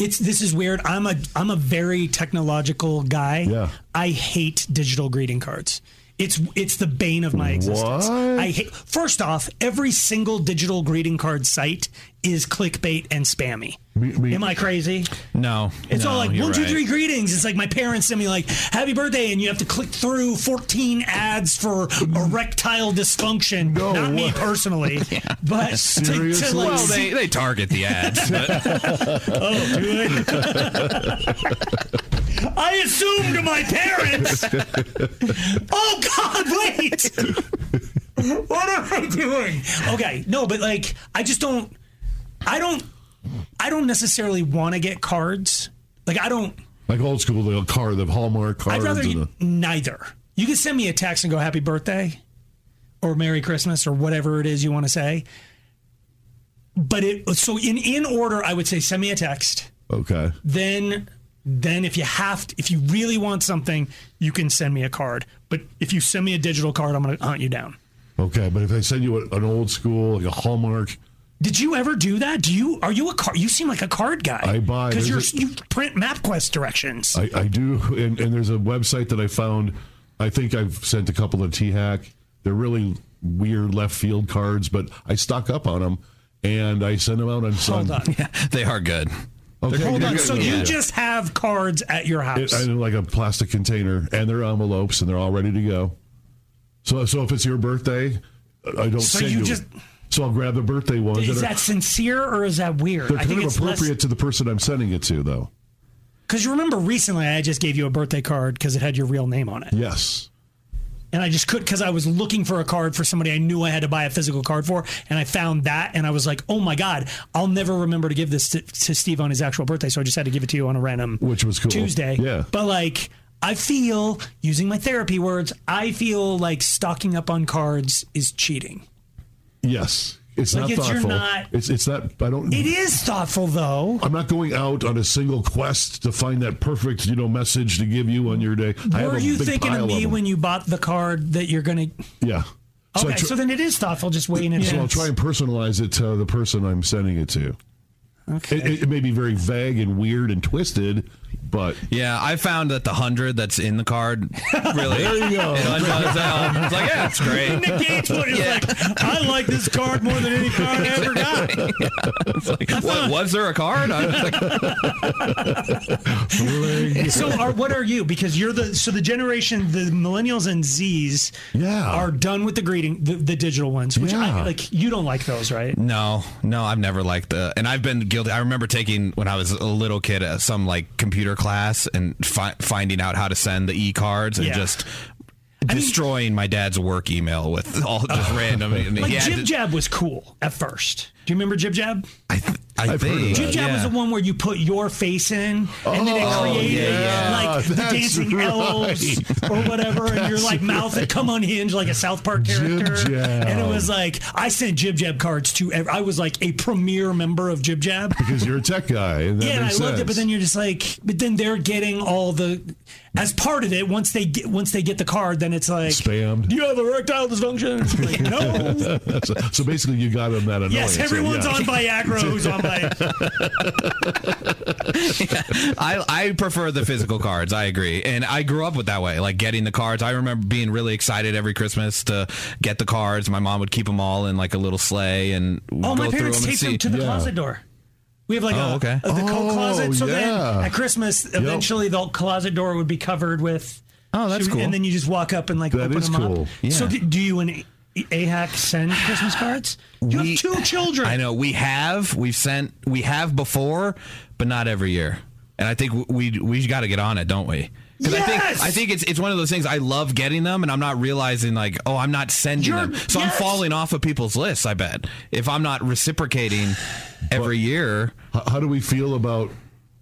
S3: It's this is weird. I'm a I'm a very technological guy.
S4: Yeah.
S3: I hate digital greeting cards. It's it's the bane of my existence. I hate. First off, every single digital greeting card site is clickbait and spammy. Am I crazy?
S5: No,
S3: It's
S5: no,
S3: all like
S5: you're
S3: one, two, three
S5: right.
S3: greetings. It's like my parents send me like happy birthday, and you have to click through 14 ads for erectile dysfunction. Not me
S4: what-
S3: personally,
S5: [LAUGHS]
S3: but to, to, like,
S4: Seriously?
S5: Well,
S3: see-
S5: they, they target
S3: [LAUGHS]
S5: the ads, but
S3: Oh, good. [LAUGHS] I assumed to my parents. oh God, wait. what am I doing? Okay, no, but like, I just don't. I don't. I don't necessarily want to get cards. Like, I don't.
S4: Like old school, the card, the Hallmark
S3: I'd
S4: cards.
S3: rather
S4: and the,
S3: you, neither. You can send me a text and go "Happy Birthday" or "Merry Christmas" or whatever it is you want to say. But it so in in order, I would say send me a text
S4: okay.
S3: then then if you have to, if you really want something, you can send me a card. But if you send me a digital card, I'm going to hunt you down.
S4: Okay. But if I send you a- an old school, like a Hallmark,
S3: Did you ever do that? Do you are you a card? You seem like a card guy.
S4: I buy-
S3: because
S4: there's
S3: you print MapQuest directions.
S4: I, I do. And, and there's a website that I found. I think I've sent a couple of T Hack. They're really weird left field cards, but I stock up on them and I send them out on Sunday. [LAUGHS]
S3: Hold on,
S5: they are good.
S4: Okay.
S3: hold on. So
S4: Yeah.
S3: you just have cards at your
S4: It,
S3: house.
S4: I know, like a plastic container, and they're envelopes, and they're all ready to go. So, so if it's your birthday, I don't
S3: So
S4: send
S3: you
S4: you.
S3: just-
S4: so I'll grab the birthday
S3: is
S4: ones. that are,
S3: that sincere or is that weird?
S4: they're
S3: I
S4: kind
S3: think
S4: of
S3: it's
S4: appropriate to the person I'm sending it to, though.
S3: Because you remember recently, I just gave you a birthday card because it had your real name on it.
S4: Yes.
S3: and I just could because I was looking for a card for somebody I knew I had to buy a physical card for, and I found that, and I was like, "Oh my god, I'll never remember to give this to, to Steve on his actual birthday." So I just had to give it to you on a random,
S4: Which was cool.
S3: Tuesday.
S4: Yeah.
S3: but like. I feel, using my therapy words, I feel like stocking up on cards is cheating.
S4: Yes. It's
S3: Like,
S4: not
S3: it's- you're
S4: thoughtful.
S3: not-
S4: it's it's not. I don't.
S3: It is thoughtful, though.
S4: I'm not going out on a single quest to find that perfect, you know, message to give you on your day. I have
S3: Were
S4: a
S3: you
S4: big
S3: thinking
S4: pile
S3: of me
S4: them.
S3: when you bought the card that you're going to?
S4: Yeah. So I
S3: Okay,
S4: tr-
S3: so, then it is thoughtful, just waiting in
S4: So I'll
S3: advance. [LAUGHS]
S4: try and personalize it to the person I'm sending it to.
S3: Okay.
S4: It- It, it may be very vague and weird and twisted, but
S5: Yeah, I found that the hundred that's in the card
S3: [LAUGHS]
S5: really
S4: you go.
S5: It undoes out. It's like yeah, it's great.
S3: Nick Gates would is like, I like this card more than any card I ever got.
S5: It's
S3: [LAUGHS]
S5: like, what, was there a card? I was like,
S3: so are what are you because you're the so the generation the millennials and z's
S4: Yeah.
S3: are done with the greeting the, the digital ones which
S4: Yeah.
S3: i like you don't like those right
S5: no, no, I've never liked the, and I've been guilty. I remember taking when I was a little kid uh, some like computer class and fi- finding out how to send the e cards and
S3: Yeah.
S5: just
S3: mean-
S5: destroying my dad's work email with all just random. and he
S3: like
S5: had
S3: jib
S5: to-
S3: jab was cool at first do you remember jib jab
S5: I, th- I
S4: I've heard of
S5: think
S4: that.
S3: jib jab was
S5: Uh, yeah.
S3: the one where you put your face in and then it
S4: Oh,
S3: created
S4: yeah,
S3: like the
S4: that's
S3: dancing
S4: right.
S3: elves or whatever and your like mouth had come unhinged like a south park character
S4: Jab.
S3: and it was like i sent jib jab cards to ev- i was like a premier member of jib jab
S4: because you're a tech guy, and that
S3: yeah, and I
S4: makes
S3: loved it. But
S4: sense.
S3: then you're just like, but then they're getting all the, as part of it. Once they get, once they get the card, then it's like,
S4: Spammed.
S3: Do you have erectile dysfunction? It's
S5: [LAUGHS]
S3: like, no.
S4: so, so basically, you got him that annoyance.
S3: yes,
S4: so
S3: everyone's
S4: yeah.
S3: on Viagra. Who's on
S5: [LAUGHS]
S3: Viagra?
S5: I, I prefer the physical cards. I agree. And I grew up with that way, like getting the cards. I remember being really excited every Christmas to get the cards. My mom would keep them all in like a little sleigh and
S3: Oh,
S5: go
S3: my
S5: through
S3: parents
S5: them
S3: take
S5: and see.
S3: them to the closet door. We have like
S5: Oh,
S3: a,
S5: okay.
S3: a- the coat
S4: Oh,
S3: closet. So
S4: yeah.
S3: then at Christmas, eventually the closet door would be covered with.
S5: Oh, that's
S3: Should we-
S5: cool.
S3: And then you just walk up and like
S4: That
S3: open
S4: is
S3: them
S4: cool.
S3: up. So
S5: Yeah.
S3: do, do you and AHAC send Christmas cards? You
S5: We-
S3: have two children.
S5: [LAUGHS] I know we have we've sent we have before, but not every year. And I think we we got to get on it, don't we? 'Cause I
S3: Yes!
S5: think I think it's it's one of those things. I love getting them, and I'm not realizing like, oh, I'm not sending
S3: You're-
S5: them, so
S3: yes!
S5: I'm falling off of people's lists. I bet if I'm
S3: [SIGHS]
S5: not reciprocating every year,
S4: How, how do we feel about?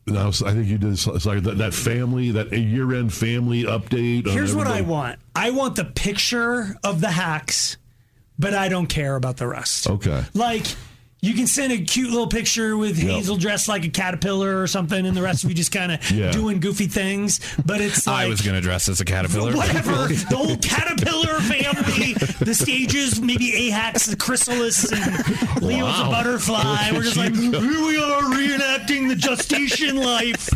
S4: Now, so I think you did sorry, that, that family, that year-end family update. on
S3: Here's what I
S4: everybody.
S3: want. I want the picture of the hacks, but I don't care about the rest.
S4: Okay.
S3: Like You can send a cute little picture with
S4: Yep.
S3: Hazel dressed like a caterpillar or something, and the rest of you just kind of
S5: Yeah.
S3: doing goofy things. But it's like
S5: I was going to dress as
S3: [LAUGHS]
S5: a caterpillar.
S3: whatever. the whole caterpillar family, the stages, maybe Ahat's the chrysalis, and Leo's
S4: Wow.
S3: a butterfly. We're just like, here we are reenacting the gestation life.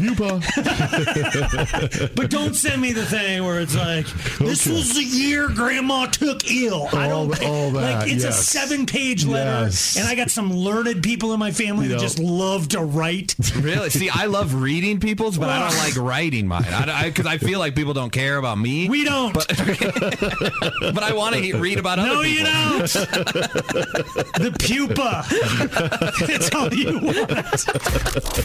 S3: [LAUGHS] but don't send me the thing where it's like, this
S4: Okay.
S3: was the year Grandma took ill. I
S4: All-
S3: don't
S4: all that,
S3: like. It's a
S4: yes.
S3: seven-page letter,
S4: Yes.
S3: and I got some learned people in my family
S4: You
S3: that
S4: know.
S3: just love to write.
S5: [LAUGHS] Really? See, I love reading people's, but I don't like writing mine. I because I, feel like people don't care about me.
S3: We don't.
S5: But, but I want to read about
S3: [LAUGHS]
S5: other
S3: no, you
S5: people.
S3: don't. the pupa. [LAUGHS] That's all you want.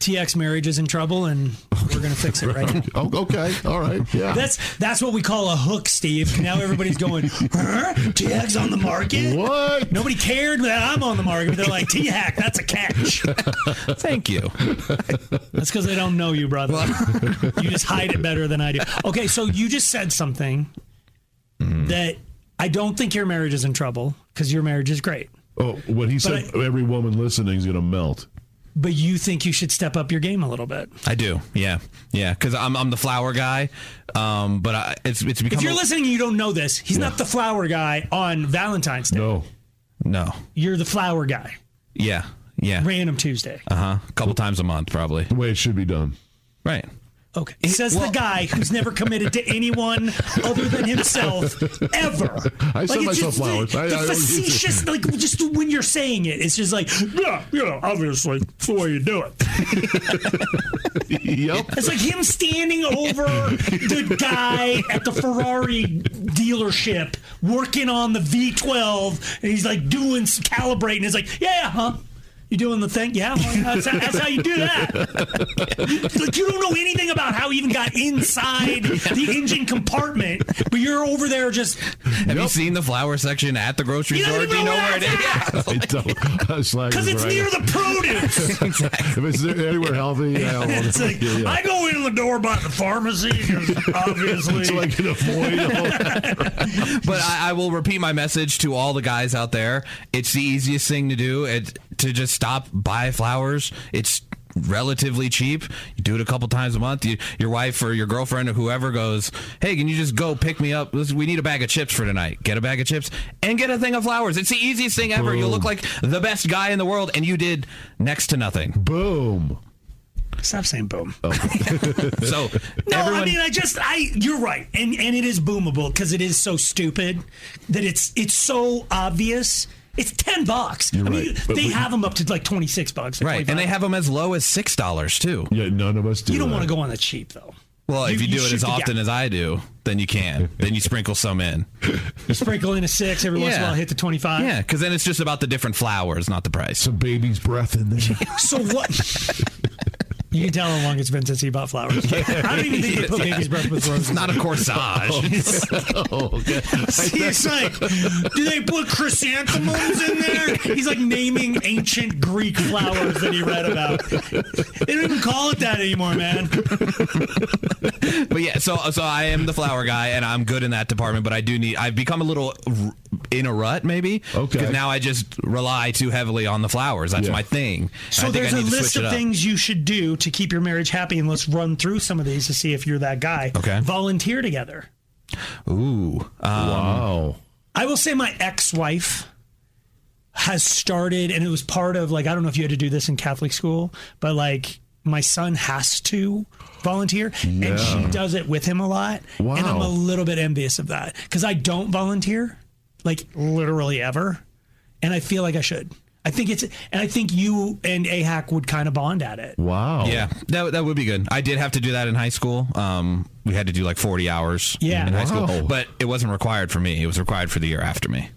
S3: TX marriage is in trouble, and we're gonna fix it right now.
S4: Oh, okay. All right. Yeah.
S3: That's that's what we call a hook, Steve. Now everybody's going, huh? TX on the market?
S4: what?
S3: Nobody cared that I'm on the market. But they're like, T hack, that's a catch.
S5: Thank you.
S3: That's because they don't know you, brother. you just hide it better than I do. Okay, so you just said something that I don't think your marriage is in trouble because your marriage is great.
S4: Oh, what he said, every woman listening is going to melt.
S3: But you think you should step up your game a little bit.
S5: I do. Yeah. Yeah. Because I'm, I'm the flower guy. Um, but I, it's, it's become.
S3: If you're
S5: a-
S3: listening and you don't know this, he's not the flower guy on Valentine's Day.
S4: No.
S5: No.
S3: You're the flower guy.
S5: Yeah. Yeah.
S3: Random Tuesday.
S5: Uh huh. A couple times a month, probably.
S4: The way it should be done. [LAUGHS]
S5: Right.
S3: Okay. Says
S5: well-
S3: the guy who's never committed to anyone other than himself ever.
S4: I
S3: it's
S4: send myself
S3: just the-
S4: flowers. I-
S3: The,
S4: I always do.
S3: facetious, like just when you're saying it, it's just like, yeah, yeah, obviously, that's the way you do it.
S4: yep.
S3: It's like him standing over the guy at the Ferrari dealership working on the V12, and he's like doing calibrating. It's like, yeah, huh? You doing the thing? Yeah, well, that's, how, that's how you do that. like you don't know anything about how he even got inside the engine compartment, but you're over there just
S5: Have you seen the flower section at the grocery
S3: you
S5: store?
S3: don't
S5: Do
S3: even
S5: you know where it
S3: [LAUGHS]
S5: is?
S4: I don't. I slack
S3: because
S4: is
S3: it's
S4: right.
S3: near the produce.
S4: [LAUGHS] If it's there- anywhere healthy, yeah, I want
S3: It's
S4: it.
S3: like,
S4: Yeah, yeah.
S3: I go in the door by the pharmacy 'cause obviously.
S4: so I can avoid all
S3: [LAUGHS]
S4: that.
S5: But I, I will repeat my message to all the guys out there. It's the easiest thing to do. It to just stop buy flowers. It's relatively cheap. You do it a couple times a month. You, your wife or your girlfriend or whoever goes, "Hey, can you just go pick me up? Listen, We need a bag of chips for tonight. Get a bag of chips and get a thing of flowers. It's the easiest thing ever. You look like the best guy in the world, and you did next to nothing.
S4: Boom.
S3: Stop saying boom.
S5: [LAUGHS] So
S3: No,
S5: everyone,
S3: I mean, I just, I, you're right, and and it is boomable because it is so stupid that it's it's so obvious. It's ten bucks. I mean,
S4: right, but
S3: they
S4: we-
S3: have them up to like twenty six bucks, or
S5: right, and
S3: 25.
S5: they have them as low as six dollars too.
S4: Yeah, none of us do.
S3: You don't
S4: that.
S3: want to go on the cheap though.
S5: Well, if
S3: You-
S5: you,
S3: you
S5: do it
S3: shoot
S5: as
S3: the gap.
S5: often as I do, then you can. then you sprinkle some in.
S3: You sprinkle in a six every once in a
S5: Yeah.
S3: while, hit the twenty-five.
S5: Yeah, because then it's just about the different flowers, not the
S3: [LAUGHS]
S5: price. [LAUGHS] Some
S4: baby's breath in there. [LAUGHS]
S3: So what? you can tell how long it's been since he bought flowers. I don't even think they put baby's breath with roses. Oh.
S5: It's not a corsage.
S4: Oh,
S3: He's like, do they put chrysanthemums in there? He's like naming ancient Greek flowers that he read about. They don't even call it that anymore, man.
S5: [LAUGHS] but yeah, so so I am the flower guy, and I'm good in that department. But I do need. I've become a little r- in a rut, maybe. Okay. Because now I just rely too heavily on the flowers. That's my thing. And
S3: So
S5: I think
S3: there's
S5: I
S3: a
S5: need to
S3: list
S5: switch it
S3: of
S5: up.
S3: things you should do to keep your marriage happy, and let's run through some of these to see if you're that guy.
S5: Okay.
S3: Volunteer together.
S5: Ooh. Um,
S4: wow.
S3: I will say my ex-wife has started, and it was part of like I don't know if you had to do this in Catholic school, but like my son has to volunteer,
S4: Yeah.
S3: and she does it with him a lot. And I'm
S4: Wow.
S3: a little bit envious of that because I don't volunteer, like literally ever, and I feel like I should. I think it's, and I think you and AHAC would kind of bond at it.
S4: Wow.
S5: Yeah, that, that would be good. I did have to do that in high school. Um, we had to do like 40 hours
S3: Yeah.
S5: in high
S3: Wow.
S5: school, but it wasn't required for me. It was required for the year after me.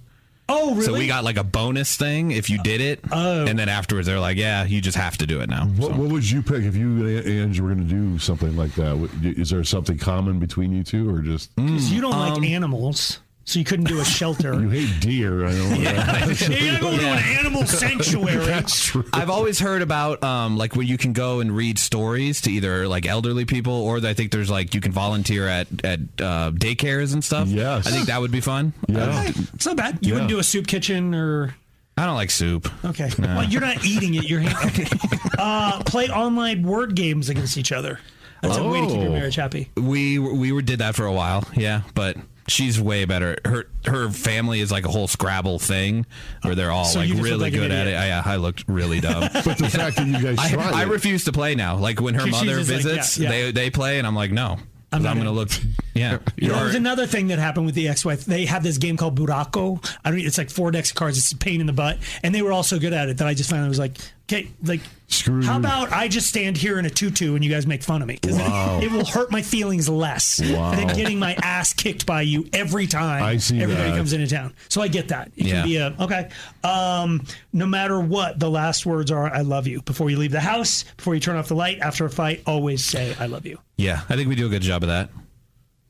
S3: Oh, really?
S5: So we got like a bonus thing if you did it. Oh. And then afterwards, they're like, yeah, you just have to do it now.
S4: What, what would you pick if you and Angie were going to do something like that? Would- Is there something common between you two, or just
S3: 'Cause you don't
S5: Mm. Um.
S3: like animals, so you couldn't do a shelter.
S5: [LAUGHS]
S4: you hate deer? I
S3: [LAUGHS]
S4: don't. [LAUGHS]
S3: you gotta go to an
S5: [LAUGHS]
S3: animal sanctuary.
S5: I've always heard about um, like where you can go and read stories to either like elderly people or I think there's like you can volunteer at at uh, daycares and stuff. Yes, I think that would be fun.
S3: Okay, It's not bad. You wouldn't do a soup kitchen or
S5: I don't like soup.
S3: okay.
S5: No.
S3: Well, you're not eating it. You're hand- uh, play online word games against each other. That's a way to keep your
S5: Oh.
S3: marriage happy.
S5: We we were, did that for a while, yeah, but she's way better. Her her family is like a whole Scrabble thing where they're all
S4: So
S5: like
S4: you just look
S5: really
S4: like an
S5: good at it.
S4: idiot.
S5: I, I looked
S4: [LAUGHS]
S5: really dumb.
S4: But the fact that you
S3: [LAUGHS]
S4: guys
S5: I,
S4: tried
S5: I
S4: it.
S5: refuse to play now. Like when her
S3: She's
S5: mother
S3: just like, yeah,
S5: visits,
S3: yeah.
S5: they they play and I'm like, no, 'cause I'm, going to look.
S3: [LAUGHS]
S5: [LAUGHS] Yeah,
S3: There
S5: you're-
S3: was another thing that happened with the ex-wife. They have this game called Buraco. I mean, it's like four decks of cards. It's a pain in the butt, and they were all so good at it that I just finally was like, okay, like,
S4: Screw
S3: how
S4: you.
S3: about I just stand here in a tutu and you guys make fun of me? 'Cause it-
S4: Wow.
S3: it, will hurt my feelings less
S4: Wow.
S3: than getting my ass kicked by you every time
S4: I see
S3: everybody
S4: that.
S3: comes into town. So I get that. It
S4: Yeah.
S3: can be a okay. Um, no matter what, the last words are "I love you" before you leave the house, before you turn off the light, after a fight. Always say "I love you."
S5: yeah, I think we do a good job of that.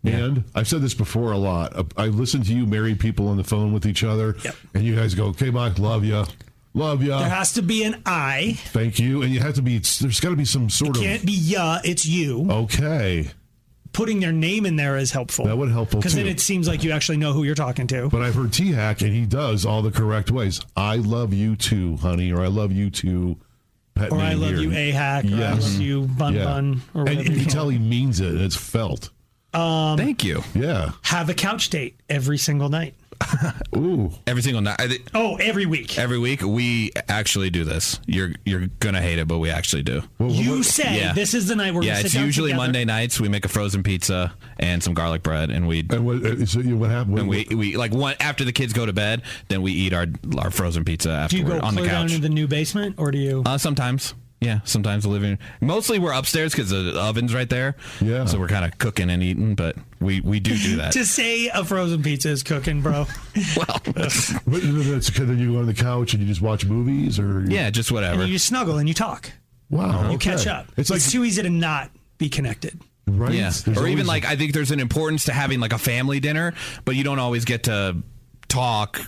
S4: And I've said this before a lot. Uh, I- I listen to you married people on the phone with each other, and you guys go, "Okay, Mike, love ya, love ya,
S3: There has to be an "I."
S4: thank you." And you have to be. There's got to be some sort of.
S3: can't be yeah, it's you.
S4: Okay.
S3: Putting their name in there is helpful.
S4: That would helpful
S3: Because then
S4: too.
S3: it seems like you actually know who you're talking to.
S4: But I've heard T Hack, and he does all the correct ways. I love you too, honey, or I love you too. Pet
S3: Or
S4: me
S3: I love
S4: here.
S3: you, A-Hack, or I
S4: Yes.
S3: love you, Bun Bun, or
S4: and
S3: whatever
S4: you
S3: you
S4: can
S3: call
S4: tell he means it. and It's felt.
S3: Um,
S5: Thank you.
S4: Yeah.
S3: Have a couch date every single night.
S4: Ooh.
S5: Every single night. I thi-
S3: Oh, every week.
S5: Every week we actually do this. You're you're gonna hate it, but we actually do.
S3: You say this is the night we're
S5: yeah.
S3: gonna sit
S5: It's
S3: down
S5: usually
S3: together.
S5: Monday nights. We make a frozen pizza and some garlic bread, and we
S4: and what uh, so you, what happened?
S5: and we, we like one after the kids go to bed, then we eat our our frozen pizza
S3: Do you
S5: afterward
S3: go
S5: on the
S3: clear down
S5: couch.
S3: into the new basement, or do you?
S5: uh, sometimes, yeah, sometimes the living. room. Mostly we're upstairs because the oven's right there. Yeah, so we're kind of cooking and eating, but we we do do
S4: [LAUGHS]
S5: that.
S3: to say a frozen pizza is cooking, bro.
S5: well,
S4: But uh, that's because then you go on the couch and you just watch movies or
S5: [LAUGHS] yeah, just whatever.
S3: And you snuggle and you talk.
S4: Wow,
S3: You
S4: okay.
S3: catch up. It's,
S4: It's like-
S3: too easy to not be connected.
S4: right.
S5: Yeah.
S4: There's
S5: or even
S4: always-
S5: like I think there's an importance to having like a family dinner, but you don't always get to talk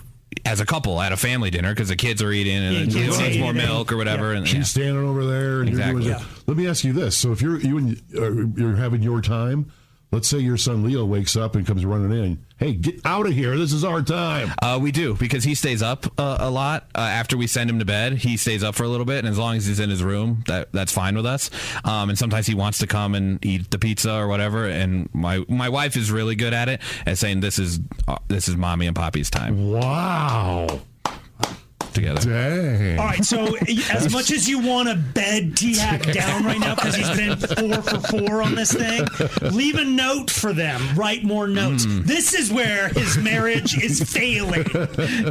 S5: as a couple at a family dinner because the kids are eating and
S4: Yeah,
S5: the
S4: you
S5: kids
S4: can't
S5: needs
S4: say
S5: more
S4: anything.
S5: milk or whatever. And
S4: She's
S5: yeah.
S4: standing over there, and
S5: Exactly.
S4: you're doing. it. Let me ask you this: so if you're you and uh, you're having your time, let's say your son Leo wakes up and comes running in. Hey, get out of here! This is our time.
S5: Uh, we do because he stays up uh, a lot uh, after we send him to bed. He stays up for a little bit, and as long as he's in his room, that that's fine with us. Um, and sometimes he wants to come and eat the pizza or whatever. And my my wife is really good at it at saying this is uh, this is mommy and poppy's time
S4: Wow.
S3: Mm-hmm. [LAUGHS]
S5: together.
S4: Dang.
S3: All right, so as much as you want to bed T Hack down right now because he's been four for four on this thing, leave a note for them. Write more notes. This is where his marriage is failing.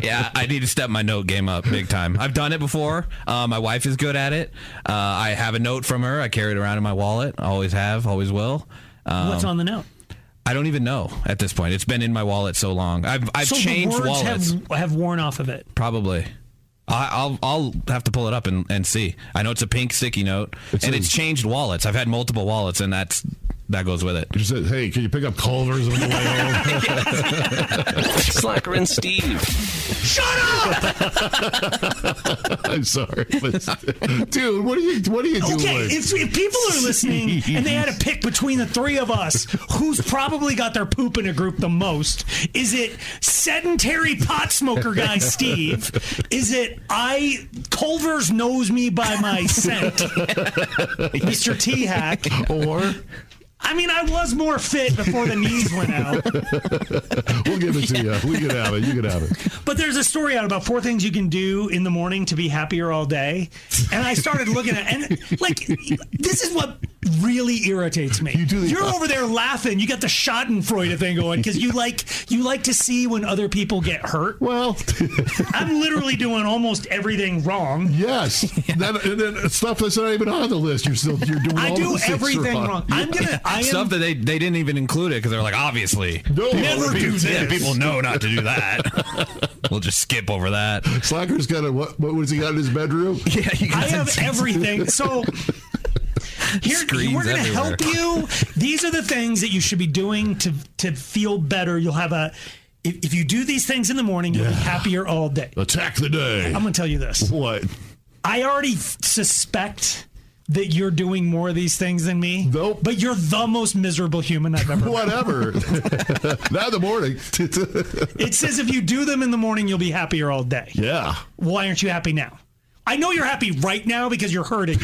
S5: yeah, I need to step my note game up big time. I've done it before. Uh, my wife is good at it. Uh, I have a note from her. I carry it around in my wallet. Always have, always will.
S3: What's on the note?
S5: I don't even know at this point. It's been in my wallet so long. I've I've
S3: so
S5: changed
S3: the words
S5: wallets.
S3: have have worn off of it.
S5: Probably. I, I'll I'll have to pull it up and, and see. I know it's a pink sticky note, and it's changed wallets. I've had multiple wallets, and that's that goes with it.
S4: You said, "Hey, can you pick up Culver's on the way
S2: Slacker and Steve.
S4: [LAUGHS] I'm sorry, [LAUGHS] but dude, what are you what are you doing?
S3: Okay, if, if people are listening and they had to pick between the three of us, who's probably got their poop in a group the most? Is it sedentary pot smoker guy Steve? Is it I Culver's knows me by my scent, Mr. T Hack?
S4: Or
S3: I mean, I was more fit before the knees went out.
S4: we'll give it to you. We can have it. You can have it.
S3: But there's a story out about four things you can do in the morning to be happier all day. And I started looking at and like this is what really irritates me. You
S4: do the-
S3: are over there laughing. You got the Schadenfreude thing going because you like you like to see when other people get hurt.
S4: Well, [LAUGHS]
S3: I'm literally doing almost everything wrong.
S4: yes. That, and then stuff that's not even on the list. You're still you're doing.
S3: I
S4: all
S3: do
S4: the things
S3: everything wrong. I'm gonna I am
S5: Stuff that they, they didn't even include it because they're like, obviously,
S4: No,
S3: Never do
S5: people, yeah,
S3: this.
S5: people know not to do that. [LAUGHS] we'll just skip over that.
S4: Slacker's got a what? What was he got in
S3: [LAUGHS]
S4: his bedroom?
S5: Yeah, you
S3: I
S5: got
S3: have everything. So here
S5: Screens
S3: we're going to
S5: everywhere.
S3: help you. These are the things that you should be doing to to feel better. You'll have a if, if you do these things in the morning, you'll be happier all day.
S4: Attack the day.
S3: I'm going to tell you this.
S4: [LAUGHS] what?
S3: I already f- suspect that you're doing more of these things than me.
S4: Nope.
S3: But you're the most miserable human I've ever. met. [LAUGHS]
S4: Whatever. not in the morning. [LAUGHS]
S3: It says if you do them in the morning, you'll be happier all day.
S4: yeah.
S3: Why aren't you happy now? I know you're happy right now because you're hurting.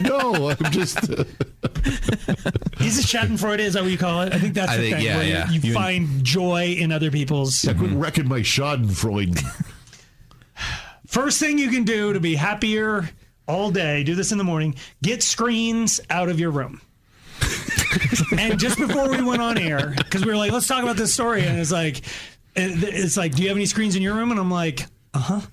S4: no, I'm just.
S3: Is it Schadenfreude? Is that what you call it? I think that's
S5: I
S3: the
S5: think-
S3: thing
S5: yeah,
S3: where you-
S5: yeah.
S3: you,
S5: You-
S3: find joy in other people's.
S4: I quit wrecking my Schadenfreude.
S3: First thing you can do to be happier all day, do this in the morning, get screens out of your
S5: [LAUGHS]
S3: room. and just before we went on air, because we were like, let's talk about this story, and it's like, it- it's like, do you have any screens in your room? And I'm like, [LAUGHS]
S4: Many.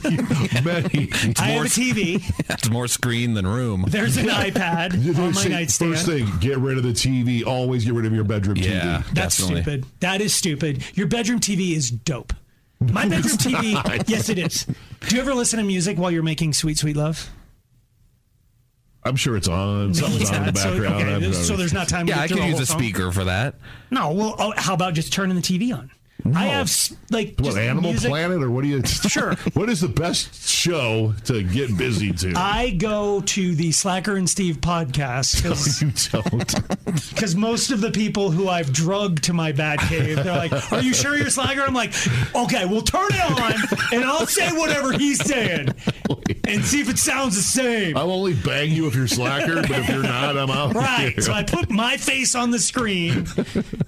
S3: I have a
S5: Morse. [LAUGHS]
S3: TV.
S5: That's more screen than room.
S3: There's an
S4: [LAUGHS]
S3: iPad on my
S4: First thing-
S3: nightstand.
S4: First thing, get rid of the TV. Always get rid of your bedroom
S5: Yeah,
S4: TV.
S3: That's
S5: definitely.
S3: stupid. That is stupid. Your bedroom TV is dope.
S4: [LAUGHS]
S3: My bedroom TV, yes, it is. Do you ever listen to music while you're making sweet, sweet love?
S4: I'm sure
S3: [LAUGHS]
S4: it's on. Something's
S3: It's
S4: on in the
S3: not. So,
S4: background.
S3: okay,
S4: I'm-
S3: there's- so there's not time. to
S5: Yeah,
S3: get
S5: I
S3: through
S5: could use
S3: whole
S5: a
S3: song.
S5: speaker for that.
S3: No, well, oh, how about just turning the TV on? I have s- like
S4: What
S3: just
S4: Animal
S3: music.
S4: Planet or what do you?
S3: Sure.
S4: [LAUGHS] What is the best show to get busy to?
S3: I go to the Slacker and Steve
S4: [LAUGHS]
S3: podcast
S4: you [LAUGHS] don't.
S3: because most of the people who I've drugged to my bad cave, they're like, "Are you sure you're Slacker?" I'm like, "Okay, we'll turn it on, and I'll say whatever he's saying, and see if it sounds the same."
S4: I'll only bang you if you're slacker, but if you're not, I'm out.
S3: Right. So I put my face on the screen,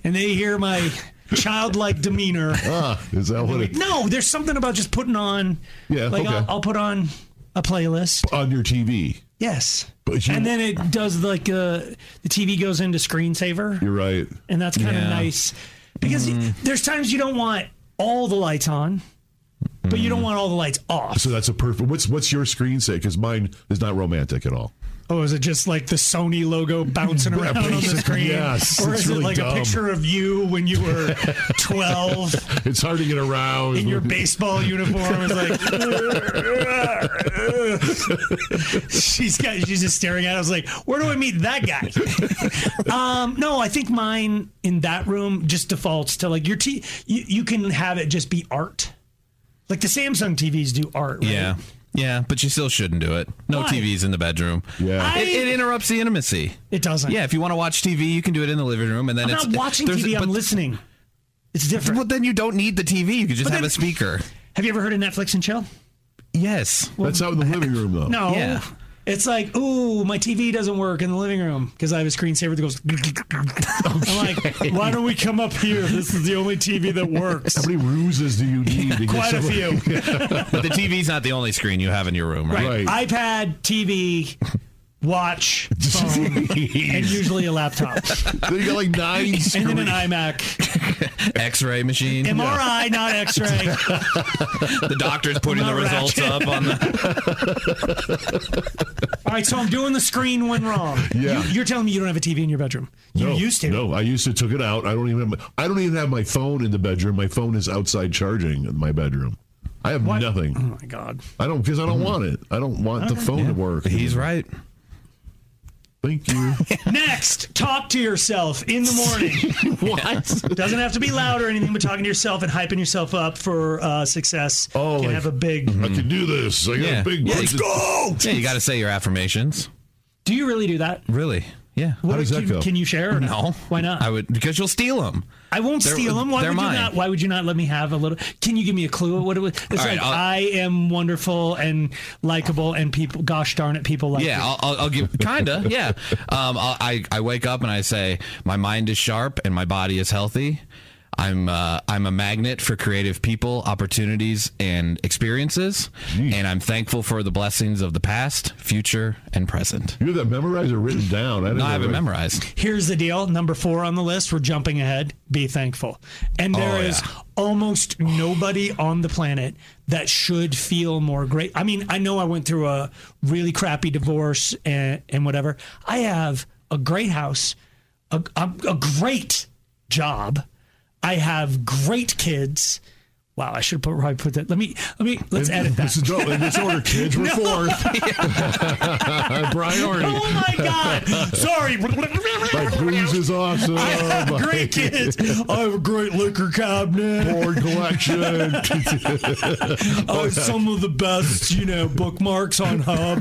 S3: and they hear my childlike demeanor.
S4: Ah, is that what it
S3: No, there's something about just putting on.
S4: Yeah,
S3: like
S4: okay.
S3: I'll, I'll put on a playlist.
S4: on your TV?
S3: Yes.
S4: But you-
S3: and then it does like uh, the TV goes into screensaver,
S4: You're right.
S3: and that's kind of
S5: Yeah.
S3: nice because
S4: Mm.
S3: there's times you don't want all the lights on, but you
S4: Mm.
S3: don't want all the lights off.
S4: So that's a perfect. What's what's your screen say? Because mine is not romantic at all.
S3: Oh, is it just like the Sony logo
S4: [LAUGHS]
S3: bouncing around on the
S4: basically,
S3: screen?
S4: yes.
S3: Or
S4: It's
S3: is
S4: really
S3: it like
S4: dumb.
S3: a picture of you when you were [LAUGHS] 12?
S4: It's hard to get around.
S5: [LAUGHS]
S3: in your baseball uniform is like she's got she's just staring at it. I was like, where do I meet that guy? [LAUGHS] um, no, I think mine in that room just defaults to like your t you, you can have it just be art. Like the Samsung TVs do art, right?
S5: Yeah, yeah, but you still shouldn't do it. No
S3: Why?
S5: TVs in the bedroom.
S4: Yeah.
S5: it, it interrupts the intimacy.
S3: It doesn't.
S5: Yeah, if you want to watch TV, you can do it in the living room, and then
S3: I'm
S5: it's
S3: not watching
S5: there's-
S3: TV, I'm
S5: but-
S3: listening. It's different.
S5: Well, then you don't need the TV. You could just
S3: But
S5: have
S3: then- [LAUGHS]
S5: a speaker.
S3: Have you ever heard of Netflix and chill?
S5: Yes.
S4: That's out in the living room though.
S3: No.
S5: Yeah.
S3: It's like, ooh, my TV doesn't work in the living room because I have a screensaver that goes. [LAUGHS] I'm like, why don't we come up here? This is the only TV that works.
S4: [LAUGHS] How many ruses do you need? to get
S3: Quite a
S4: someone-
S3: few.
S4: [LAUGHS]
S5: But the TV's not the only screen you have in your room, right?
S4: Right.
S3: iPad, TV, watch,
S4: [LAUGHS]
S3: phone, and usually a laptop.
S4: Then you got
S5: [LAUGHS]
S4: like nine
S3: and then an iMac.
S5: X-ray machine.
S3: MRI, not
S4: [LAUGHS]
S3: X-ray.
S5: the doctor's putting the
S3: Not
S5: results
S3: ratchet.
S5: up on the.
S3: All right, so I'm doing the screen when wrong.
S4: Yeah.
S3: You, are telling me you don't have a TV in your bedroom. You
S4: no,
S3: used to.
S4: No, I used to took it out. I don't even have my, I don't even have my phone in the bedroom. My phone is outside charging in my bedroom. I have nothing. Oh
S3: my god.
S4: I don't because I don't want it. I don't want the
S3: Okay.
S4: phone
S3: Mm-hmm. Uh-huh. Yeah.
S4: to work.
S5: He's right.
S4: Thank you.
S3: Next, talk to yourself in the morning.
S4: [LAUGHS] what?
S3: Doesn't have to be loud or anything, but talking to yourself and hyping yourself up for uh, success oh, can
S5: like- Mm-hmm.
S3: have a big.
S4: I can do this. I got
S5: yeah.
S4: a big.
S5: yeah,
S4: budget.
S5: you- Yeah, you got to say your affirmations.
S3: Do you really do that?
S5: Really? Yeah.
S3: What does that can- go? can you share or
S5: no?
S3: not? Why not?
S5: I would because you'll steal them.
S3: I won't
S5: They're-
S3: steal them. Why
S5: they're
S3: would
S5: mine.
S3: you not? Why would you not let me have a little? Can you give me a clue of what it was? It's
S5: All right,
S3: like
S5: I'll-
S3: I am wonderful and likable, and people. Gosh darn it, people like.
S5: yeah,
S3: me.
S5: I'll, I'll, I'll give kinda. Yeah, um, I'll, I I wake up and I say my mind is sharp and my body is healthy. I'm uh, I'm a magnet for creative people, opportunities, and experiences, and I'm thankful for the blessings of the past, future, and present.
S4: You have that memorized or written down? I, didn't
S5: No,
S4: know
S5: I haven't
S4: that.
S5: memorized.
S3: Here's the deal. Number four on the list. We're jumping ahead. Be thankful. And there
S5: Oh,
S3: is
S5: yeah.
S3: almost nobody on the planet that should feel more great. I mean, I know I went through a really crappy divorce and, and whatever. I have a great house, a, a, a great job. I have great kids. Wow, I should put, probably put that. Let me, let me, let's
S4: And-
S3: edit that.
S4: This is dope. In this
S5: [LAUGHS]
S4: order, kids were
S3: No.
S4: fourth. [LAUGHS] Priority.
S3: Oh my God. Sorry.
S4: My booze is awesome.
S3: I have
S5: [LAUGHS]
S3: great kids. I have a great liquor cabinet.
S4: Board collection. [LAUGHS] Oh,
S3: I have some of the best, you know, bookmarks on Hub.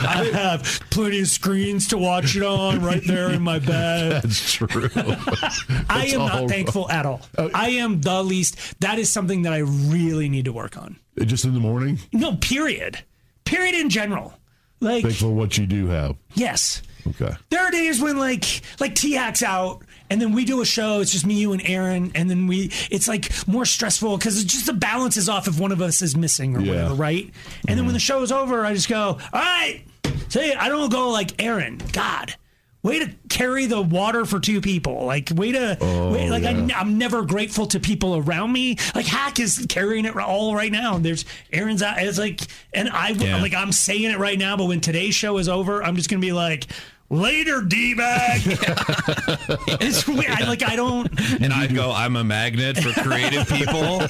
S3: I have plenty of screens to watch it on right there in my bed.
S4: That's true. [LAUGHS]
S3: I
S4: That's Oh,
S3: am
S4: all
S3: not thankful at all. I am the least. That is something that I really need to work on.
S4: Just in the morning.
S3: No, period. Period in general. Like,
S4: Thankful what you do have.
S3: yes.
S4: Okay.
S3: There are days when like like T Hack's out and then we do a show, it's just me, you and Aaron, and then we it's like more stressful because it's just the balance is off if one of us is missing or
S4: Yeah.
S3: whatever, right? And then when the show is over, I just go, All right, say I don't go like Aaron, God. Way to carry the water for two people. Like, way to, way, like, I, am never grateful to people around me. Like, Hack is carrying it all right now. And there's Aaron's out. It's like, and I,
S5: Yeah.
S3: like, I'm saying it right now, but when today's show is over, I'm just going to be like, later, D bag. [LAUGHS] it's weird. I, like, I don't,
S5: And I'd go, I'm a magnet for
S3: [LAUGHS]
S5: creative people,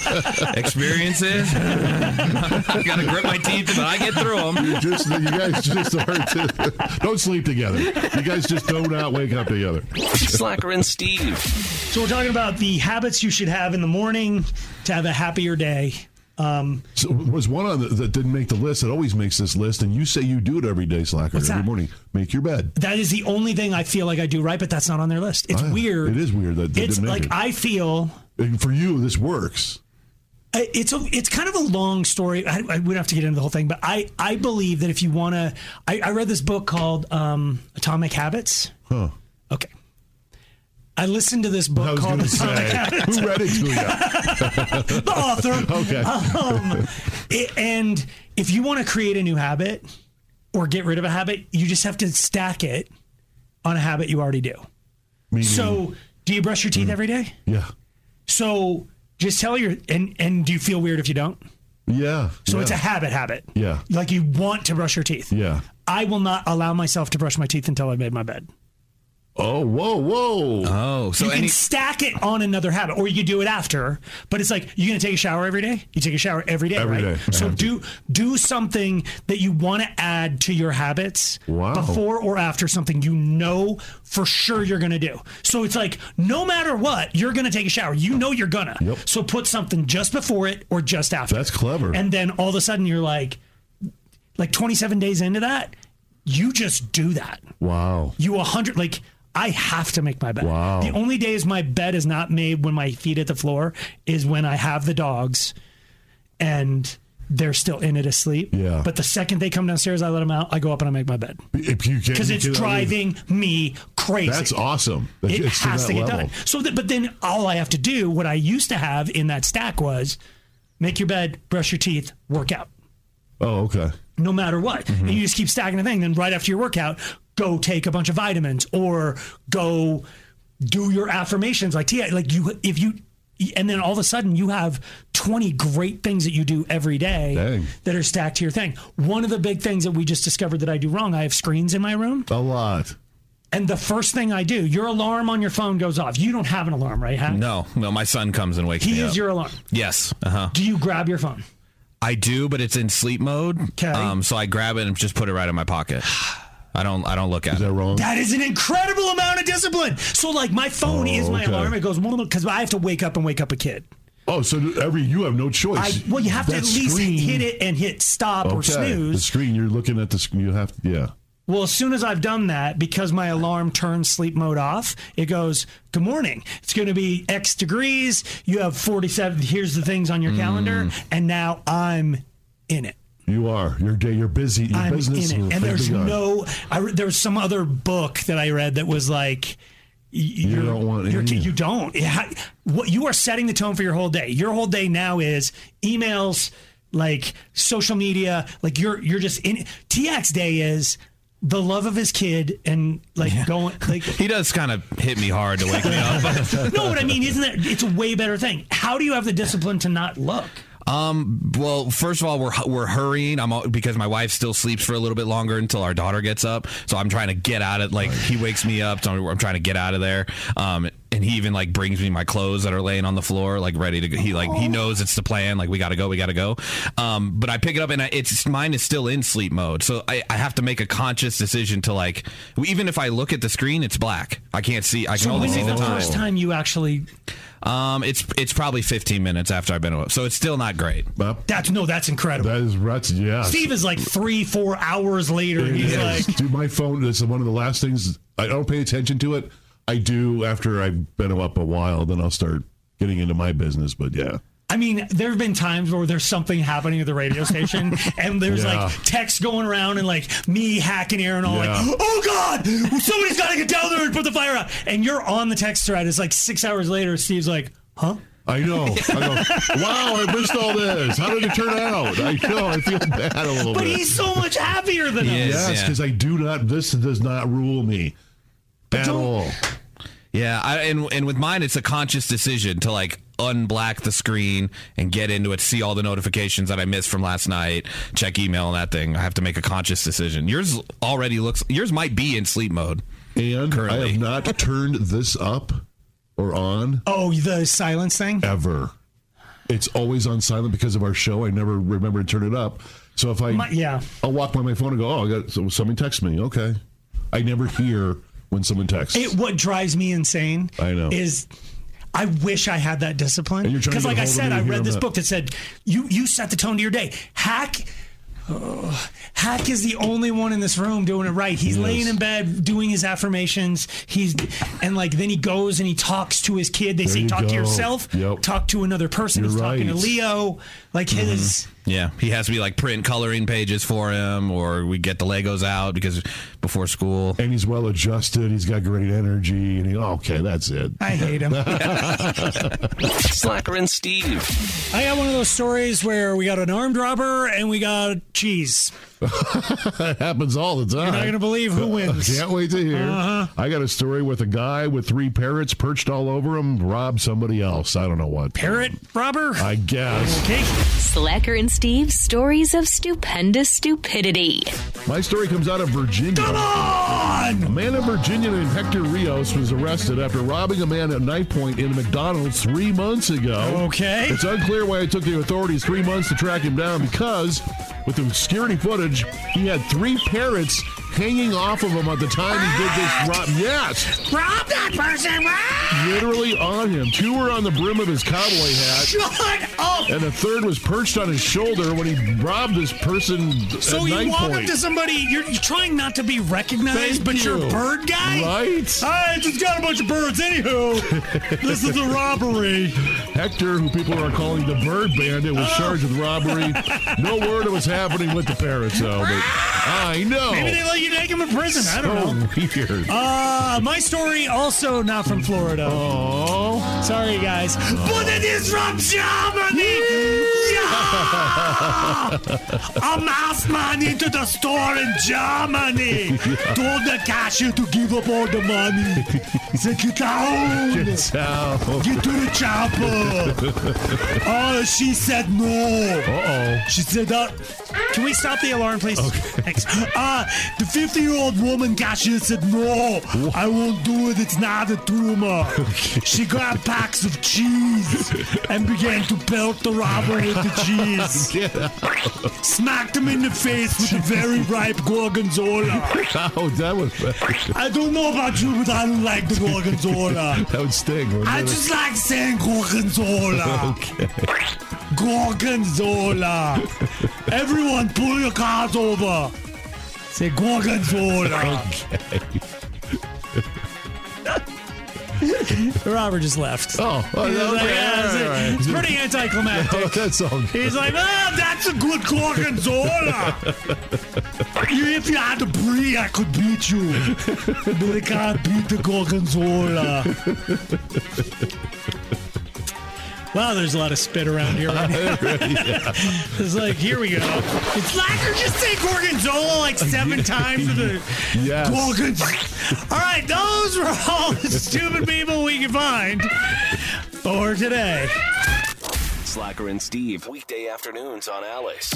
S5: experiences. [LAUGHS] I gotta grip my teeth, but I get through them.
S4: You just you guys just [LAUGHS] aren't don't sleep together. You guys just do not wake up together.
S2: Slacker and Steve.
S3: so we're talking about the habits you should have in the morning to have a happier day. Um,
S4: So there was one on the, that didn't make the list that always makes this list, and you say you do it every day, slacker,
S3: What's
S4: every
S3: that?
S4: morning. Make your bed.
S3: that is the only thing I feel like I do right, but that's not on their list. It's
S4: Ah,
S3: weird.
S4: It is weird that they
S3: It's
S4: didn't
S3: like
S4: make it.
S3: I feel
S4: and for you, this works.
S3: I- it's a it's kind of a long story. I, I wouldn't have to get into the whole thing, but I I believe that if you want to, I, I read this book called um, Atomic Habits.
S4: Huh.
S3: Okay. I listened to this book
S4: I was
S3: called
S4: going to
S3: Atomic
S4: say,
S3: Habits.
S4: [LAUGHS] who read it to you?
S3: the author.
S4: [LAUGHS] Okay.
S3: Um, it- and if you want to create a new habit or get rid of a habit, you just have to stack it on a habit you already do.
S4: Meaning- Mm.
S3: So, do you brush your teeth every day?
S4: yeah,
S3: So, just tell your and and do you feel weird if you don't?
S4: yeah.
S3: So
S4: yeah.
S3: it's a habit habit.
S4: Yeah.
S3: Like you want to brush your teeth.
S4: yeah.
S3: I will not allow myself to brush my teeth until I've made my bed.
S4: Oh, whoa, whoa.
S5: Oh, so
S3: you can
S5: any.
S3: stack it on another habit, or you do it after. But it's like you're gonna take a shower every day. You take a shower every day,
S4: Every
S3: right?
S4: day.
S3: So
S4: Yeah.
S3: do do something that you want to add to your habits
S4: Wow.
S3: before or after something you know for sure you're gonna do. So it's like no matter what, you're gonna take a shower. You know you're gonna.
S4: Yep.
S3: So put something just before it or just after.
S4: That's clever.
S3: And then all of a sudden you're like, like 27 days into that, you just do that.
S4: wow.
S3: You a hundred like I have to make my bed.
S4: Wow.
S3: The only days my bed is not made when my feet at the floor is when I have the dogs and they're still in it asleep.
S4: Yeah.
S3: But the second they come downstairs, I let them out. I go up and I make my bed
S4: If you can,
S3: because
S4: you
S3: it's
S4: can-
S3: driving me crazy.
S4: That's awesome. That
S3: It
S4: gets
S3: has
S4: that
S3: to get
S4: level.
S3: done. So, that, but then all I have to do, what I used to have in that stack was make your bed, brush your teeth, work out.
S4: Oh, okay.
S3: no matter what. And you just keep stacking the thing. Then right after your workout, go take a bunch of vitamins or go do your affirmations like Tia. Like you, if you, and then all of a sudden you have 20 great things that you do every day that are stacked to your thing. One of the big things that we just discovered that I do wrong, I have screens in my room.
S4: A lot.
S3: And the first thing I do, your alarm on your phone goes off. You don't have an alarm, right? Hank?
S5: No, no, my son comes and wakes
S3: He
S5: me up.
S3: is your alarm.
S5: Yes. Uh huh.
S3: Do you grab your phone?
S5: I do, but it's in sleep mode. Okay. Um, so I grab it and just put it right in my pocket. I don't. I don't look at. Is
S4: that wrong?
S3: That is an incredible amount of discipline. So, like, my phone
S4: Oh,
S3: is my
S4: okay.
S3: alarm. It goes because I have to wake up and wake up a kid.
S4: Oh, so every you have no choice.
S3: I, well, you have to
S4: That
S3: at least
S4: screen-
S3: hit it and hit stop or
S4: Okay.
S3: snooze.
S4: The screen you're looking at the screen. You have to, yeah.
S3: Well, as soon as I've done that, because my alarm turns sleep mode off, it goes, Good morning. It's going to be X degrees. You have 47. Here's the things on your
S4: Mm.
S3: calendar. And now I'm in it.
S4: You are. Your day. You're busy. Your
S3: I'm
S4: business.
S3: in
S4: is
S3: it. And there's
S4: big on.
S3: no, I, re- there was some other book that I read that was like, you
S4: don't want
S3: you're,
S4: any-
S3: you don't. It ha- what you are setting the tone for your whole day. Your whole day now is emails, like social media, like you're you're just in TX day is the love of his kid and like going
S4: [LAUGHS]
S3: like
S5: He does kind of hit me hard to wake me up.
S3: no, what I mean isn't that it's a way better thing. How do you have the discipline to not look?
S5: Um. Well, first of all, we're hu- we're hurrying. I'm all, because my wife still sleeps for a little bit longer until our daughter gets up. So I'm trying to get out of like he wakes me up. So I'm, I'm trying to get out of there. Um. And he even like brings me my clothes that are laying on the floor, like ready to. go. He like he knows it's the plan. Like we got to go. We got to go. Um. But I pick it up and I, it's mine is still in sleep mode. So I I have to make a conscious decision to like even if I look at the screen, it's black. I can't see. I can
S3: So
S5: only
S3: when
S5: see
S3: is
S5: the
S3: the first time you actually
S5: Um, it's it's probably 15 minutes after I've been up, so it's still not great.
S3: That's no, that's incredible.
S4: That is that's yeah.
S3: Steve is like three, four hours later.
S4: It
S3: and He's
S4: is.
S3: like,
S4: dude, my phone is one of the last things I don't pay attention to it. I do after I've been up a while, then I'll start getting into my business. But yeah,
S3: I mean, there have been times where there's something happening at the radio station, [LAUGHS] and there's
S4: Yeah.
S3: like text going around, and like me hacking Aaron, all
S4: Yeah.
S3: like, "Oh God, somebody's got to get down there and put the fire out." And you're on the text thread. It's like six hours later. Steve's like, "Huh?
S4: I know.
S3: [LAUGHS]
S4: I go, wow, I missed all this. How did it turn out? I know. I feel bad a little
S3: But
S4: bit.
S3: he's so much happier than us."
S4: yes, because I do not. This does not rule me at all.
S5: Yeah, I, and and with mine, it's a conscious decision to like unblack the screen and get into it, see all the notifications that I missed from last night, check email and that thing. I have to make a conscious decision. Yours already looks. Yours might be in sleep mode.
S4: And I have not turned this up or on
S3: Oh, the silence thing?
S4: ever. It's always on silent because of our show. I never remember to turn it up. So if I
S3: My- yeah.
S4: I'll walk by my phone and go, "Oh, I got so somebody text me." Okay. I never hear when someone texts.
S3: It what drives me insane.
S4: I know.
S3: is I wish I had that discipline
S4: And you're trying to
S3: because,
S4: get
S3: like I
S4: hold of
S3: said,
S4: it,
S3: I
S4: you
S3: read
S4: don't
S3: this
S4: know.
S3: book that said you you set the tone to your day. Hack. oh, Hack is the only one in this room doing it right. He's
S4: Yes.
S3: laying in bed doing his affirmations. He's and like then he goes and he talks to his kid. They
S4: There
S3: say
S4: you
S3: talk to
S4: go.
S3: yourself,
S4: Yep.
S3: talk to another person.
S4: You're
S3: He's talking to
S4: right.
S3: Leo. Like his
S5: Yeah, he has me like print coloring pages for him, or we get the Legos out because before school.
S4: and he's well adjusted. He's got great energy. And he, okay, that's it. [LAUGHS]
S3: I hate him.
S2: Slacker and Steve.
S3: I got one of those stories where we got an armed robber and we got cheese.
S4: That happens all the time.
S3: You're not gonna Uh-huh. believe
S4: [LAUGHS]
S3: who wins.
S4: Can't wait to hear. I got a story with a guy with three parrots perched all over him, robbed somebody else. I don't know what.
S3: Parrot robber?
S4: I guess.
S3: Okay.
S10: Slacker and Steve stories of stupendous stupidity.
S4: My story comes out of Virginia. Come
S3: on!
S4: A man in Virginia named Hector Rios was arrested after robbing a man at knife point in a McDonald's three months ago.
S3: Okay.
S4: It's unclear why it took the authorities three months to track him down because, with the security footage, he had three parrots hanging off of him at the time he did this rob. Yes!
S3: Rob that person!
S4: Literally on him. Two were on the brim of his cowboy hat.
S3: Shut up!
S4: And the third was perched on his shoulder when he robbed this person
S3: So
S4: at
S3: you
S4: knife
S3: walk
S4: point.
S3: up to somebody, you're trying not to be recognized,
S4: Thank
S3: but you're
S4: you.
S3: a bird guy?
S4: Right?
S3: I just got a bunch of birds. Anywho, this is a robbery.
S4: Hector, who people are calling the Bird Bandit, was
S3: Oh. [LAUGHS]
S4: charged with robbery. No word of what's happening with the parrots, though. But I know.
S3: Maybe they like Well, you take him to prison. I don't know.
S4: Weird.
S3: Uh, my story also not from Florida. Oh, sorry guys. But it is from Germany. Yeah! A mass man into the store in Germany told the cashier to give up all the money. He said, "Get out! Get
S4: out!
S3: Get to the chopper!" oh, she said no.
S4: Uh
S3: oh. She said, uh, "Can we stop the alarm, please?" Thanks. Uh, the 50-year-old woman cashier said, "No, I won't do it. It's not a tumor." She grabbed packs of cheese and began to pelt the robber with the cheese. Smacked him in the face with a very ripe gorgonzola.
S4: Oh, that was bad.
S3: I don't know about you, but I don't like the gorgonzola.
S4: that would sting. wouldn't
S3: I
S4: it?
S3: just like saying gorgonzola.
S4: [LAUGHS] Okay.
S3: Gorgonzola. Everyone, pull your cars over. Say gorgonzola. the robber just left.
S4: Oh,
S3: He's
S4: okay,
S3: like, "Yeah, it's-
S4: all right.
S3: it's pretty anticlimactic.
S4: Oh, that's
S3: [LAUGHS]
S4: all. good.
S3: He's like, ah, that's a good gorgonzola. You- if you had to breathe, I could beat you. But I can't beat the gorgonzola. Wow, there's a lot of spit around here. Right now. [LAUGHS] it's like, here we go. It's like, or just say gorgonzola like seven times. With the
S4: Yes.
S3: gorgon- All right, those were all the stupid people we could find for today.
S2: Slacker and Steve, weekday afternoons on Alice.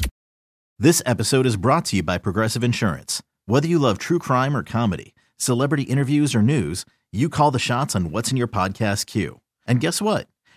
S11: This episode is brought to you by Progressive Insurance. Whether you love true crime or comedy, celebrity interviews or news, you call the shots on what's in your podcast queue. And guess what?